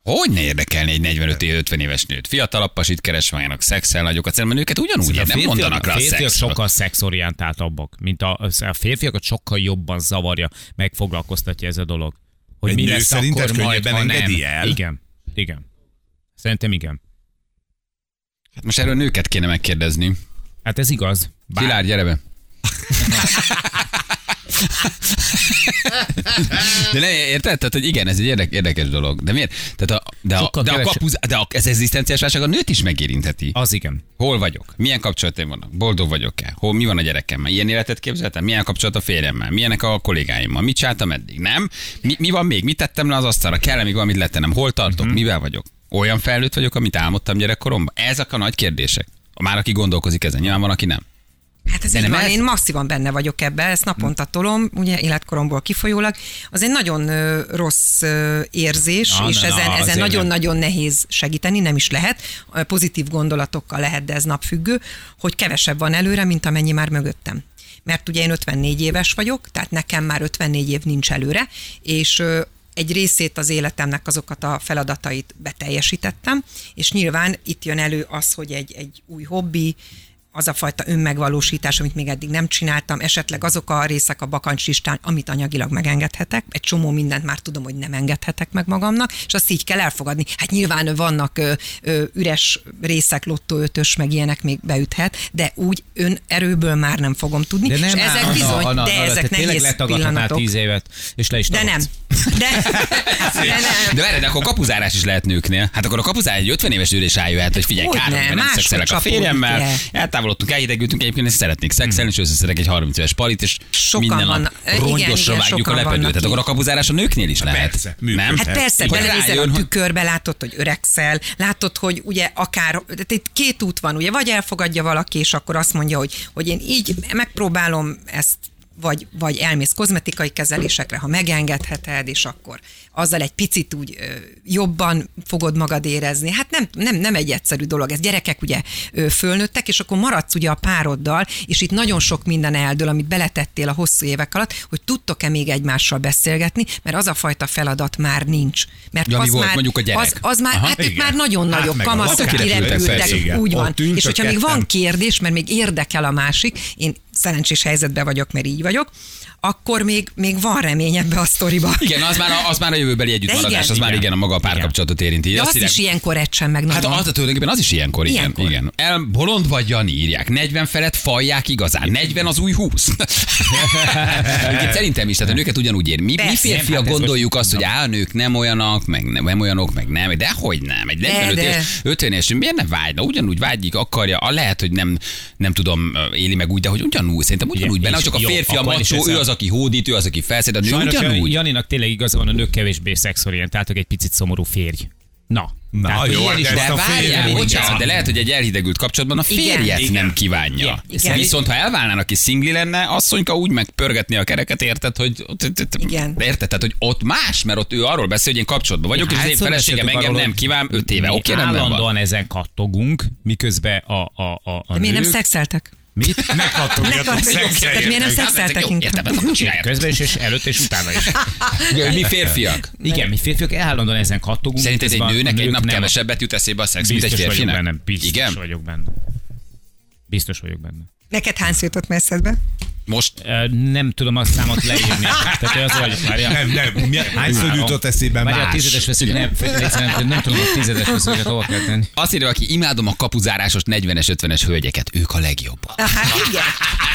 Speaker 1: Hogy ne érdekelni egy 45-50 éves nőt? Fiatalabb pasit keresványnak szexel nagyokat, szerintem a nőket ugyanúgy
Speaker 3: A
Speaker 1: nem
Speaker 3: férfiak-
Speaker 1: mondanak rá
Speaker 3: a férfiak
Speaker 1: szexről.
Speaker 3: sokkal szexorientáltabbak, mint a, a férfiakat sokkal jobban zavarja, meg foglalkoztatja ez a dolog. Hogy
Speaker 2: Egy
Speaker 3: mi
Speaker 2: nő
Speaker 3: lesz
Speaker 2: szerinted
Speaker 3: akkor majd,
Speaker 2: könnyebben
Speaker 3: ha nem.
Speaker 2: engedi el?
Speaker 3: Igen, igen. Szerintem igen.
Speaker 1: Most erről nőket kéne megkérdezni.
Speaker 3: Hát ez igaz. Bár
Speaker 1: Szilárd, gyere be. De ne, érted? Tehát, hogy igen, ez egy érdek, érdekes dolog. De miért? Tehát a, de, a,
Speaker 3: Sokkal
Speaker 1: de, a
Speaker 3: kevesebb-
Speaker 1: kapuz, de a, ez egzisztenciás válság a nőt is megérintheti.
Speaker 3: Az igen.
Speaker 1: Hol vagyok? Milyen kapcsolataim vannak? Boldog vagyok-e? Hol, mi van a gyerekemmel? Ilyen életet képzeltem? Milyen kapcsolat a férjemmel? Milyenek a kollégáimmal? Mit csináltam eddig? Nem? Mi, mi van még? Mit tettem le az asztalra? Kell-e még valamit letennem? Hol tartok?
Speaker 3: Mhm.
Speaker 1: Mm-hmm. Mivel vagyok? Olyan felnőtt vagyok, amit álmodtam gyerekkoromban? Ezek a nagy kérdések. Már aki gondolkozik ezen, nyilván van, aki nem.
Speaker 7: Hát ez
Speaker 1: De
Speaker 7: így
Speaker 1: nem
Speaker 7: van,
Speaker 1: ez?
Speaker 7: én masszívan benne vagyok ebbe, ezt
Speaker 3: Hm.
Speaker 7: naponta tolom, ugye életkoromból kifolyólag. Az egy nagyon ö, rossz ö, érzés,
Speaker 3: Na,
Speaker 7: és
Speaker 3: na, na,
Speaker 7: ezen,
Speaker 3: azért
Speaker 7: ezen
Speaker 3: nem.
Speaker 7: nagyon-nagyon nehéz segíteni, nem is lehet. Ö, Pozitív gondolatokkal lehet, de ez napfüggő, hogy kevesebb van előre, mint amennyi már mögöttem. Mert ugye én 54 éves vagyok, tehát nekem már 54 év nincs előre, és ö, egy részét az életemnek azokat a feladatait beteljesítettem, és nyilván itt jön elő az, hogy egy, egy új hobbi, az a fajta önmegvalósítás, amit még eddig nem csináltam, esetleg azok a részek a bakancslistán, amit anyagilag megengedhetek, egy csomó mindent már tudom, hogy nem engedhetek meg magamnak, és azt így kell elfogadni. Hát nyilván vannak ö, ö, üres részek, lottó ötös, meg ilyenek még beüthet, de úgy ön erőből már nem fogom tudni,
Speaker 3: De nem
Speaker 7: és ezek
Speaker 3: Anna,
Speaker 7: bizony,
Speaker 3: Anna,
Speaker 7: de
Speaker 3: Anna,
Speaker 7: ezek
Speaker 3: te tényleg
Speaker 7: nehéz
Speaker 3: letagadhatnál
Speaker 7: pillanatok.
Speaker 3: tíz évet, és le is
Speaker 7: De nem.
Speaker 3: tagadsz.
Speaker 7: De, de nem.
Speaker 1: De várj, de akkor kapuzárás is lehet nőknél. Hát akkor a kapuzár egy 50 éves nőre is rájöhet, hogy figyelj,
Speaker 7: Hogy
Speaker 1: kár,
Speaker 7: ne,
Speaker 1: hogy nem
Speaker 7: máshogy
Speaker 1: szexelek a
Speaker 7: csapódik
Speaker 1: férjemmel,
Speaker 7: le.
Speaker 1: eltávolodtunk, elhidegültünk, egyébként ezt szeretnék szexelni, és összeszedek egy 30 éves palit, és
Speaker 7: Sokan
Speaker 1: minden nap
Speaker 7: vannak. Igen,
Speaker 1: rongyosra vágjuk
Speaker 7: igen,
Speaker 1: a
Speaker 7: sokan
Speaker 1: lepedőt.
Speaker 7: vannak
Speaker 1: Tehát akkor a
Speaker 7: így.
Speaker 1: kapuzárás a nőknél is lehet.
Speaker 2: persze, működhet.
Speaker 1: nem?
Speaker 7: Hát persze,
Speaker 1: Hogy
Speaker 7: belenézel
Speaker 1: rájön,
Speaker 7: a
Speaker 1: hogy
Speaker 7: tükörbe, látod, hogy öregszel, látod, hogy ugye akár, tehát itt két út van, ugye, vagy elfogadja valaki, és akkor azt mondja, hogy, hogy én így megpróbálom ezt vagy, vagy elmész kozmetikai kezelésekre, ha megengedheted, és akkor azzal egy picit úgy ö, jobban fogod magad érezni. Hát nem, nem, nem egy egyszerű dolog. Ez gyerekek ugye ö, fölnőttek, és akkor maradsz ugye a pároddal, és itt nagyon sok minden eldől, amit beletettél a hosszú évek alatt, hogy tudtok-e még egymással beszélgetni, mert az a fajta feladat már nincs. Mert
Speaker 1: Ja, mi
Speaker 7: az
Speaker 1: volt
Speaker 7: már,
Speaker 1: mondjuk a gyerek?
Speaker 7: Az, az már,
Speaker 1: Aha,
Speaker 7: hát ők
Speaker 2: igen.
Speaker 7: már nagyon
Speaker 2: Hát
Speaker 7: nagyok
Speaker 2: meg a
Speaker 7: kamaszok
Speaker 1: lakások persze,
Speaker 7: kirepültek,
Speaker 2: igen.
Speaker 7: úgy van.
Speaker 2: Ott ültök
Speaker 7: És hogyha még van
Speaker 2: ketten.
Speaker 7: kérdés, mert még érdekel a másik, én szerencsés helyzetben vagyok, mert így vagyok, akkor még, még van remény ebbe a sztoriba.
Speaker 1: igen, az már a, az már a jövőbeli együttmaradás,
Speaker 7: igen.
Speaker 1: az már igen, a maga a párkapcsolatot érinti.
Speaker 7: De
Speaker 1: Azt
Speaker 7: azt
Speaker 1: írják-
Speaker 7: is ilyenkor etsen meg
Speaker 1: Hát
Speaker 7: nagyon.
Speaker 1: az a tulajdonképpen az is ilyenkor, igen.
Speaker 7: Ilyenkor.
Speaker 1: igen. El, bolond vagy Jani írják, 40 felett falják igazán, 40 az új 20. Egyébként szerintem is, tehát a nőket ugyanúgy ér. Mi, mi
Speaker 7: Persze.
Speaker 1: férfiak
Speaker 3: Hát ez
Speaker 1: gondoljuk azt, hogy á, a nők nem olyanak, meg nem, nem olyanok, meg nem, de hogy nem, egy 45
Speaker 7: de.
Speaker 1: éves, 50 éves, miért ne vágyna, ugyanúgy vágyik, akarja, a lehet, hogy nem, nem tudom, éli meg úgy, de hogy ugyanúgy, szerintem ugyanúgy
Speaker 3: Igen,
Speaker 1: benne,
Speaker 3: és
Speaker 1: csak a
Speaker 3: jó,
Speaker 1: férfi a
Speaker 3: akkor is
Speaker 1: macsó,
Speaker 3: ezzel-
Speaker 1: ő az, aki hódít, ő az, aki felszed, a nő
Speaker 3: Sajnos
Speaker 1: ugyanúgy.
Speaker 3: Janinak tényleg igaza van, a nők kevésbé szexorientáltak, egy picit szomorú férj. Na.
Speaker 2: Na,
Speaker 3: Tehát,
Speaker 2: jó,
Speaker 3: ilyen
Speaker 2: hát
Speaker 3: is
Speaker 2: ez
Speaker 3: van.
Speaker 2: ezt
Speaker 1: De
Speaker 2: a
Speaker 1: várjál,
Speaker 2: férjünk.
Speaker 1: bocsánat, Hát de
Speaker 2: Igen.
Speaker 1: lehet, hogy egy elhidegült kapcsolatban a
Speaker 7: Igen.
Speaker 1: férjet
Speaker 2: Igen.
Speaker 1: nem kívánja.
Speaker 7: Igen.
Speaker 1: Viszont ha elválnának, aki szingli lenne, asszonyka úgy megpörgetni a kereket, érted, hogy...
Speaker 7: Igen.
Speaker 1: De Érted, tehát, hogy ott más, mert ott ő arról beszél, hogy én kapcsolatban vagyok, és az én
Speaker 3: Hányszor
Speaker 1: feleségem
Speaker 3: beszéltünk
Speaker 1: engem
Speaker 3: Hát, arról,
Speaker 1: nem
Speaker 3: hogy
Speaker 1: kíván öt éve.
Speaker 3: mi
Speaker 1: Oké, rendben van.
Speaker 3: Állandóan ezen kattogunk, miközben a, a, a, a
Speaker 7: De miért nem
Speaker 3: nők-
Speaker 7: szexeltek?
Speaker 3: Mit?
Speaker 2: Meghatoljatok
Speaker 7: Meghat-
Speaker 2: szexeljetek.
Speaker 7: Tehát miért nem
Speaker 1: Hát, ezek
Speaker 7: szexeltek
Speaker 1: jó,
Speaker 7: inkább?
Speaker 1: értem, ezt nem csinálják.
Speaker 3: Közben is, és előtt és utána is.
Speaker 1: Ugye, Mi férfiak?
Speaker 3: Igen, mi férfiak állandóan ezen kattogunk.
Speaker 1: Szerinted ez egy
Speaker 3: miközben a
Speaker 1: nőnek egy
Speaker 3: nők
Speaker 1: nap
Speaker 3: nem.
Speaker 1: kevesebbet jut eszébe a szex, mint egy
Speaker 3: Biztos vagyok benne.
Speaker 1: férfinak?
Speaker 3: Biztos
Speaker 1: Igen?
Speaker 3: vagyok benne. Biztos vagyok benne.
Speaker 7: Neked hányszor jutott messzedbe?
Speaker 1: Most
Speaker 3: Ö, Nem tudom a számot leírni. Tehát hogy az vagyok, várja.
Speaker 2: Nem, nem, mi- hányszor
Speaker 3: Három.
Speaker 2: jutott eszébe
Speaker 3: Várja, a
Speaker 2: más?
Speaker 3: tizedes veszélyt nem, nem, nem tudom, a tizedes veszélyet hova kell tenni.
Speaker 1: azt írja, aki imádom a kapuzárásos 40-es, 50-es hölgyeket, ők a legjobbak.
Speaker 7: Hát igen.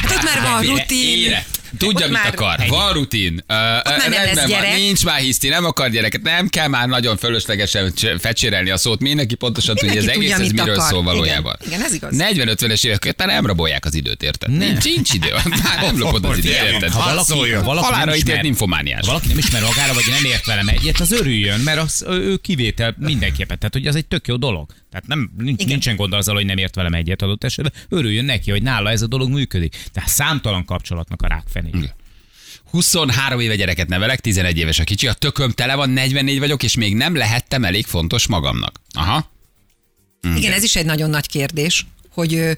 Speaker 7: Hát ott már van rutin,
Speaker 1: Érett. Tudja,
Speaker 7: Ott
Speaker 1: mit
Speaker 7: már-
Speaker 1: akar.
Speaker 7: Ennyi.
Speaker 1: Van rutin. Uh,
Speaker 7: már nem lesz gyerek.
Speaker 1: Nincs már hiszti, nem akar gyereket. Nem kell már nagyon fölöslegesen cs- fecsérelni a szót. Mindenki pontosan
Speaker 7: Mindenki
Speaker 1: tudja, az
Speaker 7: tudja,
Speaker 1: egész ez
Speaker 7: mit
Speaker 1: miről
Speaker 7: akar.
Speaker 1: szól
Speaker 7: Igen.
Speaker 1: valójában.
Speaker 7: Igen, ez igaz.
Speaker 1: 40-50-es évek után nem rabolják az időt, érted? Nincs, nincs idő. Már nem lopod az időt, érted?
Speaker 3: Ha valaki, ha valaki nem
Speaker 1: Halára ítélt
Speaker 3: ismer,
Speaker 1: ninfomániás.
Speaker 3: ha Hát valaki nem ismer magára, vagy nem ért velem egyet, az örüljön, mert az, ő, ő kivétel mindenképpen. Tehát, hogy az egy tök jó dolog. Tehát nem, nincs,
Speaker 7: Igen.
Speaker 3: nincsen gond azzal, hogy nem ért velem egyet adott esetben. Örüljön neki, hogy nála ez a dolog működik. Tehát számtalan kapcsolatnak a rákfenék.
Speaker 1: 23 éve gyereket nevelek, 11 éves a kicsi, a tököm tele van, 44 vagyok, és még nem lehettem elég fontos magamnak. Aha. Mm.
Speaker 7: Igen, ez is egy nagyon nagy kérdés, hogy ö,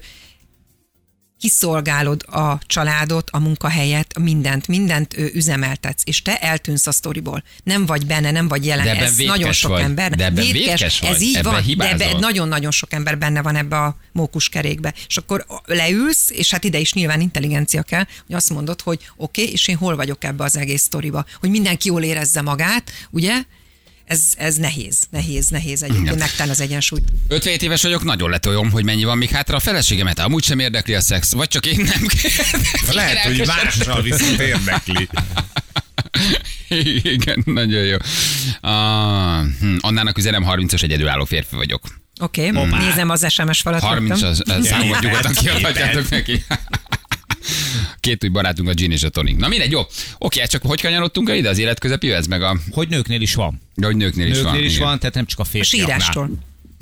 Speaker 7: kiszolgálod a családot, a munkahelyet, mindent, mindent ö, üzemeltetsz, és te eltűnsz a sztoriból. Nem vagy benne, nem vagy jelen.
Speaker 1: De ebben
Speaker 7: ez
Speaker 1: vétkes
Speaker 7: nagyon sok
Speaker 1: vagy.
Speaker 7: ember.
Speaker 1: De ebben vétkes vagy.
Speaker 7: Ez így
Speaker 1: Ebben
Speaker 7: van, de
Speaker 1: hibázol.
Speaker 7: ebben nagyon-nagyon sok ember benne van ebbe a mókuskerékbe. És akkor leülsz, és hát ide is nyilván intelligencia kell, hogy azt mondod, hogy oké, okay, és én hol vagyok ebbe az egész sztoriba. Hogy mindenki jól érezze magát, ugye? Ez, ez nehéz, nehéz, nehéz egyébként megtalálni az egyensúlyt.
Speaker 1: 57 éves vagyok, nagyon letoljom, hogy mennyi van még hátra. A feleségemet amúgy sem érdekli a szex, vagy csak én nem
Speaker 2: Lehet, hogy másra viszont érdekli.
Speaker 1: Igen, nagyon jó. Ah, hm, Annának üzenem 30-as egyedülálló férfi vagyok.
Speaker 7: Oké, okay, nézem az SMS falat.
Speaker 1: 30
Speaker 7: rögtön.
Speaker 1: az, az számot
Speaker 2: Igen.
Speaker 1: nyugodtan kiadhatjátok neki. Két új barátunk a gin és a tonic. Na mindegy, jó. Oké, hát csak hogy kanyarodtunk el ide az életközepi, ez meg a
Speaker 3: Hogy nőknél is van.
Speaker 1: de hogy nőknél is van.
Speaker 3: Nőknél is
Speaker 1: igen.
Speaker 3: van, tehát nem csak a férfiaknál.
Speaker 7: Sírástól.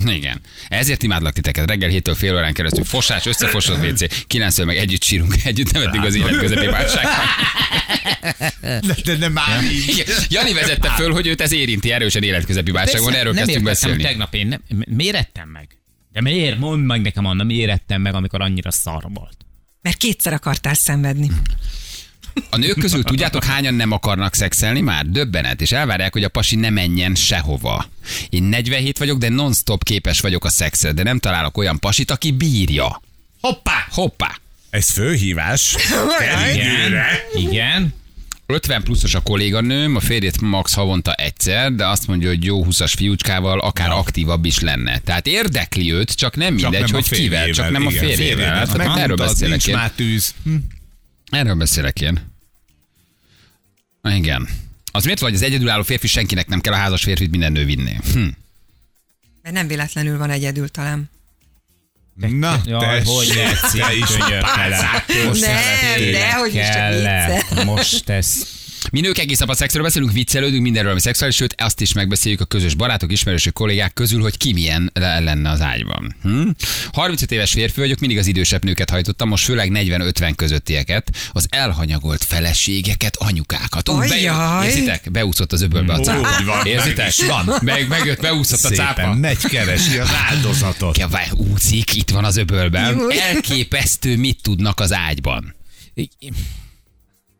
Speaker 1: Igen. Ezért imádlak titeket. Reggel héttől fél órán keresztül fosás, összefosott WC, kilencszer meg együtt sírunk, együtt nevetünk az élet közepi válságban.
Speaker 2: De, de nem már így.
Speaker 1: Igen. Jani vezette föl, hogy őt ez érinti erősen életközepi válságban,
Speaker 3: Persze,
Speaker 1: erről
Speaker 3: nem
Speaker 1: kezdtünk
Speaker 3: értettem,
Speaker 1: beszélni.
Speaker 3: hogy Tegnap én nem, mi- miért ettem meg? De miért? Mondd meg nekem, Anna, miért ettem meg, amikor annyira szar volt?
Speaker 7: Mert kétszer akartál szenvedni.
Speaker 1: A nők közül tudjátok, hányan nem akarnak szexelni már? Döbbenet, és elvárják, hogy a pasi ne menjen sehova. Én 47 vagyok, de non-stop képes vagyok a szexre, de nem találok olyan pasit, aki bírja. Hoppá! Hoppá!
Speaker 2: Ez főhívás. Terügyőre.
Speaker 3: Igen.
Speaker 1: 50 pluszos a kolléganőm, a férjét max havonta egyszer, de azt mondja, hogy jó 20-as fiúcskával akár aktívabb is lenne. Tehát érdekli őt, csak nem
Speaker 2: Csak
Speaker 1: mindegy,
Speaker 2: nem a
Speaker 1: hogy kivel,
Speaker 2: férjével,
Speaker 1: csak nem a
Speaker 2: igen,
Speaker 1: férjével. Hát,
Speaker 2: Hát
Speaker 1: erről
Speaker 2: megmondtad,
Speaker 1: beszélek
Speaker 2: nincs
Speaker 1: én.
Speaker 2: már tűz. Hm.
Speaker 1: Erről beszélek én. Igen. Az miért vagy az egyedülálló férfi, senkinek nem kell a házas férfit minden nő vinni? Hm.
Speaker 7: Mert nem véletlenül van egyedül talán.
Speaker 2: Na,
Speaker 3: Jaj,
Speaker 2: tessék,
Speaker 3: hogy tetszik,
Speaker 2: te is
Speaker 3: könyörtelem. Most
Speaker 7: Nem,
Speaker 3: nevettél.
Speaker 7: dehogy is, csak
Speaker 3: Kellett.
Speaker 7: viccelek.
Speaker 3: Most tesz.
Speaker 1: Mi nők egész nap a szexről beszélünk, viccelődünk mindenről, ami szexuális, sőt, azt is megbeszéljük a közös barátok, ismerősök, kollégák közül, hogy ki milyen le- lenne az ágyban. Hm? 35 éves férfi vagyok, mindig az idősebb nőket hajtottam, most főleg 40-50 közöttieket, az elhanyagolt feleségeket, anyukákat. Ú, bejön,
Speaker 7: Ajjaj.
Speaker 1: érzitek? Beúszott az öbölbe a cápa.
Speaker 2: Úgy van, meg
Speaker 1: Érzitek?
Speaker 2: is van.
Speaker 1: Meg, megjött, beúszott a cápa.
Speaker 2: Szépen megy, keresi az áldozatot.
Speaker 1: Ja, várj, úszik, itt van az öbölben. Elképesztő, mit tudnak az ágyban.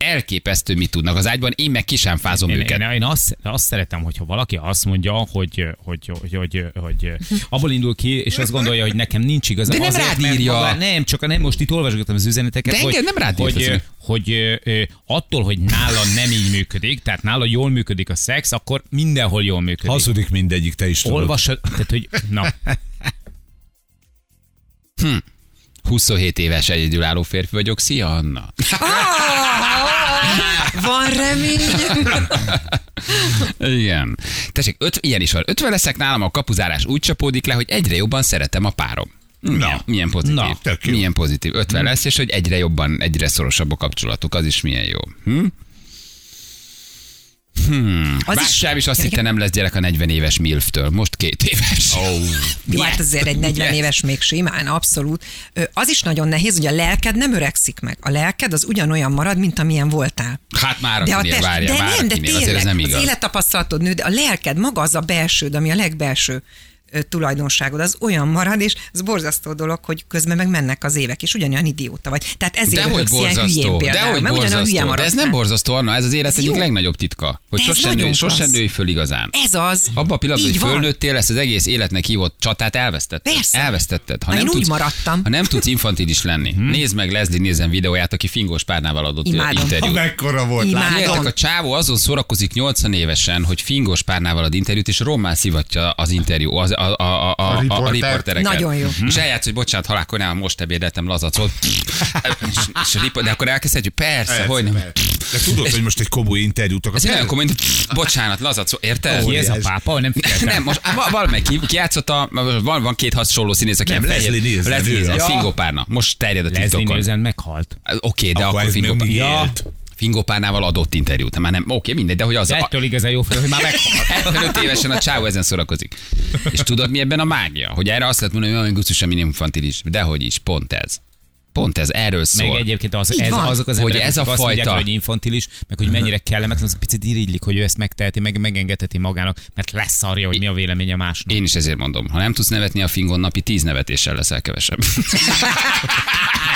Speaker 1: Elképesztő, mit tudnak az ágyban, én meg ki sem fázom
Speaker 3: Én,
Speaker 1: őket.
Speaker 3: én, én azt, azt szeretem, hogyha valaki azt mondja, hogy, hogy, hogy, hogy, hogy abból indul ki, és azt gondolja, hogy nekem nincs igaza.
Speaker 1: De nem rád írja.
Speaker 3: nem, csak nem most itt olvasgatom az üzeneteket.
Speaker 1: De engem
Speaker 3: hogy,
Speaker 1: nem rád írt az
Speaker 3: hogy,
Speaker 1: üzenet.
Speaker 3: hogy ö, ö, attól, hogy nála nem így működik, tehát nála jól működik a szex, akkor mindenhol jól működik.
Speaker 2: Hazudik mindegyik, te is tudod.
Speaker 3: Olvasod, tehát hogy na,
Speaker 1: 27 éves egyedülálló férfi vagyok. Szia, Anna!
Speaker 7: Van remény.
Speaker 1: Igen. Tessék, öt, ilyen is van. 50 leszek nálam, a kapuzárás úgy csapódik le, hogy egyre jobban szeretem a párom. Na. Milyen pozitív.
Speaker 3: Na,
Speaker 2: tök jó.
Speaker 1: milyen pozitív. 50 lesz, és hogy egyre jobban, egyre szorosabb a kapcsolatuk. Az is milyen jó. Hm?
Speaker 7: Az is,
Speaker 1: Vácsáv is azt hitte, nem lesz gyerek a 40 éves Milftől. Most két éves. Oh.
Speaker 7: jó, hát azért egy 40 éves még simán, abszolút. Ö, Az is nagyon nehéz, hogy a lelked nem öregszik meg. A lelked az ugyanolyan marad, mint amilyen voltál.
Speaker 1: Hát már
Speaker 7: De a
Speaker 1: akinél
Speaker 7: test,
Speaker 1: várja,
Speaker 7: de
Speaker 1: már
Speaker 7: nem, de
Speaker 1: akinél. Azért ez
Speaker 7: tényleg,
Speaker 1: nem
Speaker 7: az
Speaker 1: igaz.
Speaker 7: élettapasztalatod nő, de a lelked maga az a belsőd, ami a legbelső ö, tulajdonságod, az olyan marad, és ez borzasztó dolog, hogy közben meg mennek az évek, és ugyanolyan idióta vagy. Tehát ezért
Speaker 1: Dehogy
Speaker 7: röhögsz ilyen hülyén
Speaker 1: borzasztó,
Speaker 7: például,
Speaker 1: dehogy
Speaker 7: mert ugyanolyan hülye
Speaker 1: borzasztó. De ez
Speaker 7: maradsz
Speaker 1: nem
Speaker 7: már.
Speaker 1: borzasztó, Anna, ez az élet
Speaker 7: Ez
Speaker 1: egyik
Speaker 7: jó.
Speaker 1: legnagyobb titka, hogy
Speaker 7: De ez
Speaker 1: sosem nőj,
Speaker 7: nagyon
Speaker 1: sosem
Speaker 7: klassz.
Speaker 1: nőj föl igazán.
Speaker 7: Ez az.
Speaker 1: Abba a pillanatban,
Speaker 7: Így
Speaker 1: hogy
Speaker 7: van.
Speaker 1: fölnőttél, ezt az egész életnek hívott csatát elvesztetted.
Speaker 7: Persze.
Speaker 1: Elvesztetted. Ha
Speaker 7: Na,
Speaker 1: nem
Speaker 7: én úgy
Speaker 1: tudsz,
Speaker 7: maradtam. Hm?
Speaker 1: Ha nem tudsz infantilis lenni, nézd meg Leslie nézem videóját, aki fingós párnával adott
Speaker 7: Imádom.
Speaker 2: Ha
Speaker 1: interjút.
Speaker 2: mekkora volt,
Speaker 7: Imádom.
Speaker 1: Figyeljetek, Hát a csávó azon szórakozik 80 évesen, hogy fingós párnával ad interjút, és rommá szivatja az interjú, az, a, a, a, a, a, a, a
Speaker 8: riporter.
Speaker 1: riportereket.
Speaker 7: Nagyon jó.
Speaker 1: És eljátsz, hogy bocsánat, halálkornál most ebédeltem lazacot. és, és a riport, de akkor elkezdhetjük, persze, persze hogy nem.
Speaker 2: De tudod, hogy most egy komoly interjút akarsz.
Speaker 1: Ez olyan komoly, mint bocsánat, lazacó, érted?
Speaker 3: Ki ez a pápa? Nem figyeltem.
Speaker 1: Nem, most á, va- valamelyik ki, ki játszott a, van, van két hasonló színész, aki
Speaker 2: Nem,
Speaker 1: a fehér-
Speaker 2: Leslie Nielsen,
Speaker 1: Leslie
Speaker 2: ő
Speaker 1: Nielsen,
Speaker 2: az.
Speaker 1: fingopárna. Most terjed a
Speaker 3: Leslie
Speaker 1: TikTokon.
Speaker 3: Nielsen meghalt.
Speaker 1: Oké, de
Speaker 2: Akkor
Speaker 1: akkor,
Speaker 2: ez még
Speaker 1: fingopárna.
Speaker 2: mindig
Speaker 1: Ja.
Speaker 2: élt.
Speaker 1: Fingopárnával adott interjút. Már nem, oké, mindegy, de hogy az...
Speaker 3: De
Speaker 1: a-
Speaker 3: ettől igazán jó fel, hogy már meghalt.
Speaker 1: 75 évesen a csávó ezen szórakozik. És tudod, mi ebben a mágia? Hogy erre azt lehet mondani, hogy olyan gusztus a infantilis. Dehogy is, pont ez. Pont ez, erről szól.
Speaker 3: Meg egyébként az,
Speaker 7: Így
Speaker 3: ez,
Speaker 7: van.
Speaker 3: azok az
Speaker 1: Szóval. Hogy
Speaker 3: emberek,
Speaker 1: ez a
Speaker 3: akik azt mondják,
Speaker 1: fajta- Mhm.
Speaker 3: hogy infantilis, meg hogy mennyire kellemetlen, az picit irigylik, hogy ő ezt megteheti, meg megengedheti magának, mert leszarja, hogy mi a véleménye másnak.
Speaker 1: Én is ezért mondom, ha nem tudsz nevetni a fingon, napi tíz nevetéssel leszel kevesebb.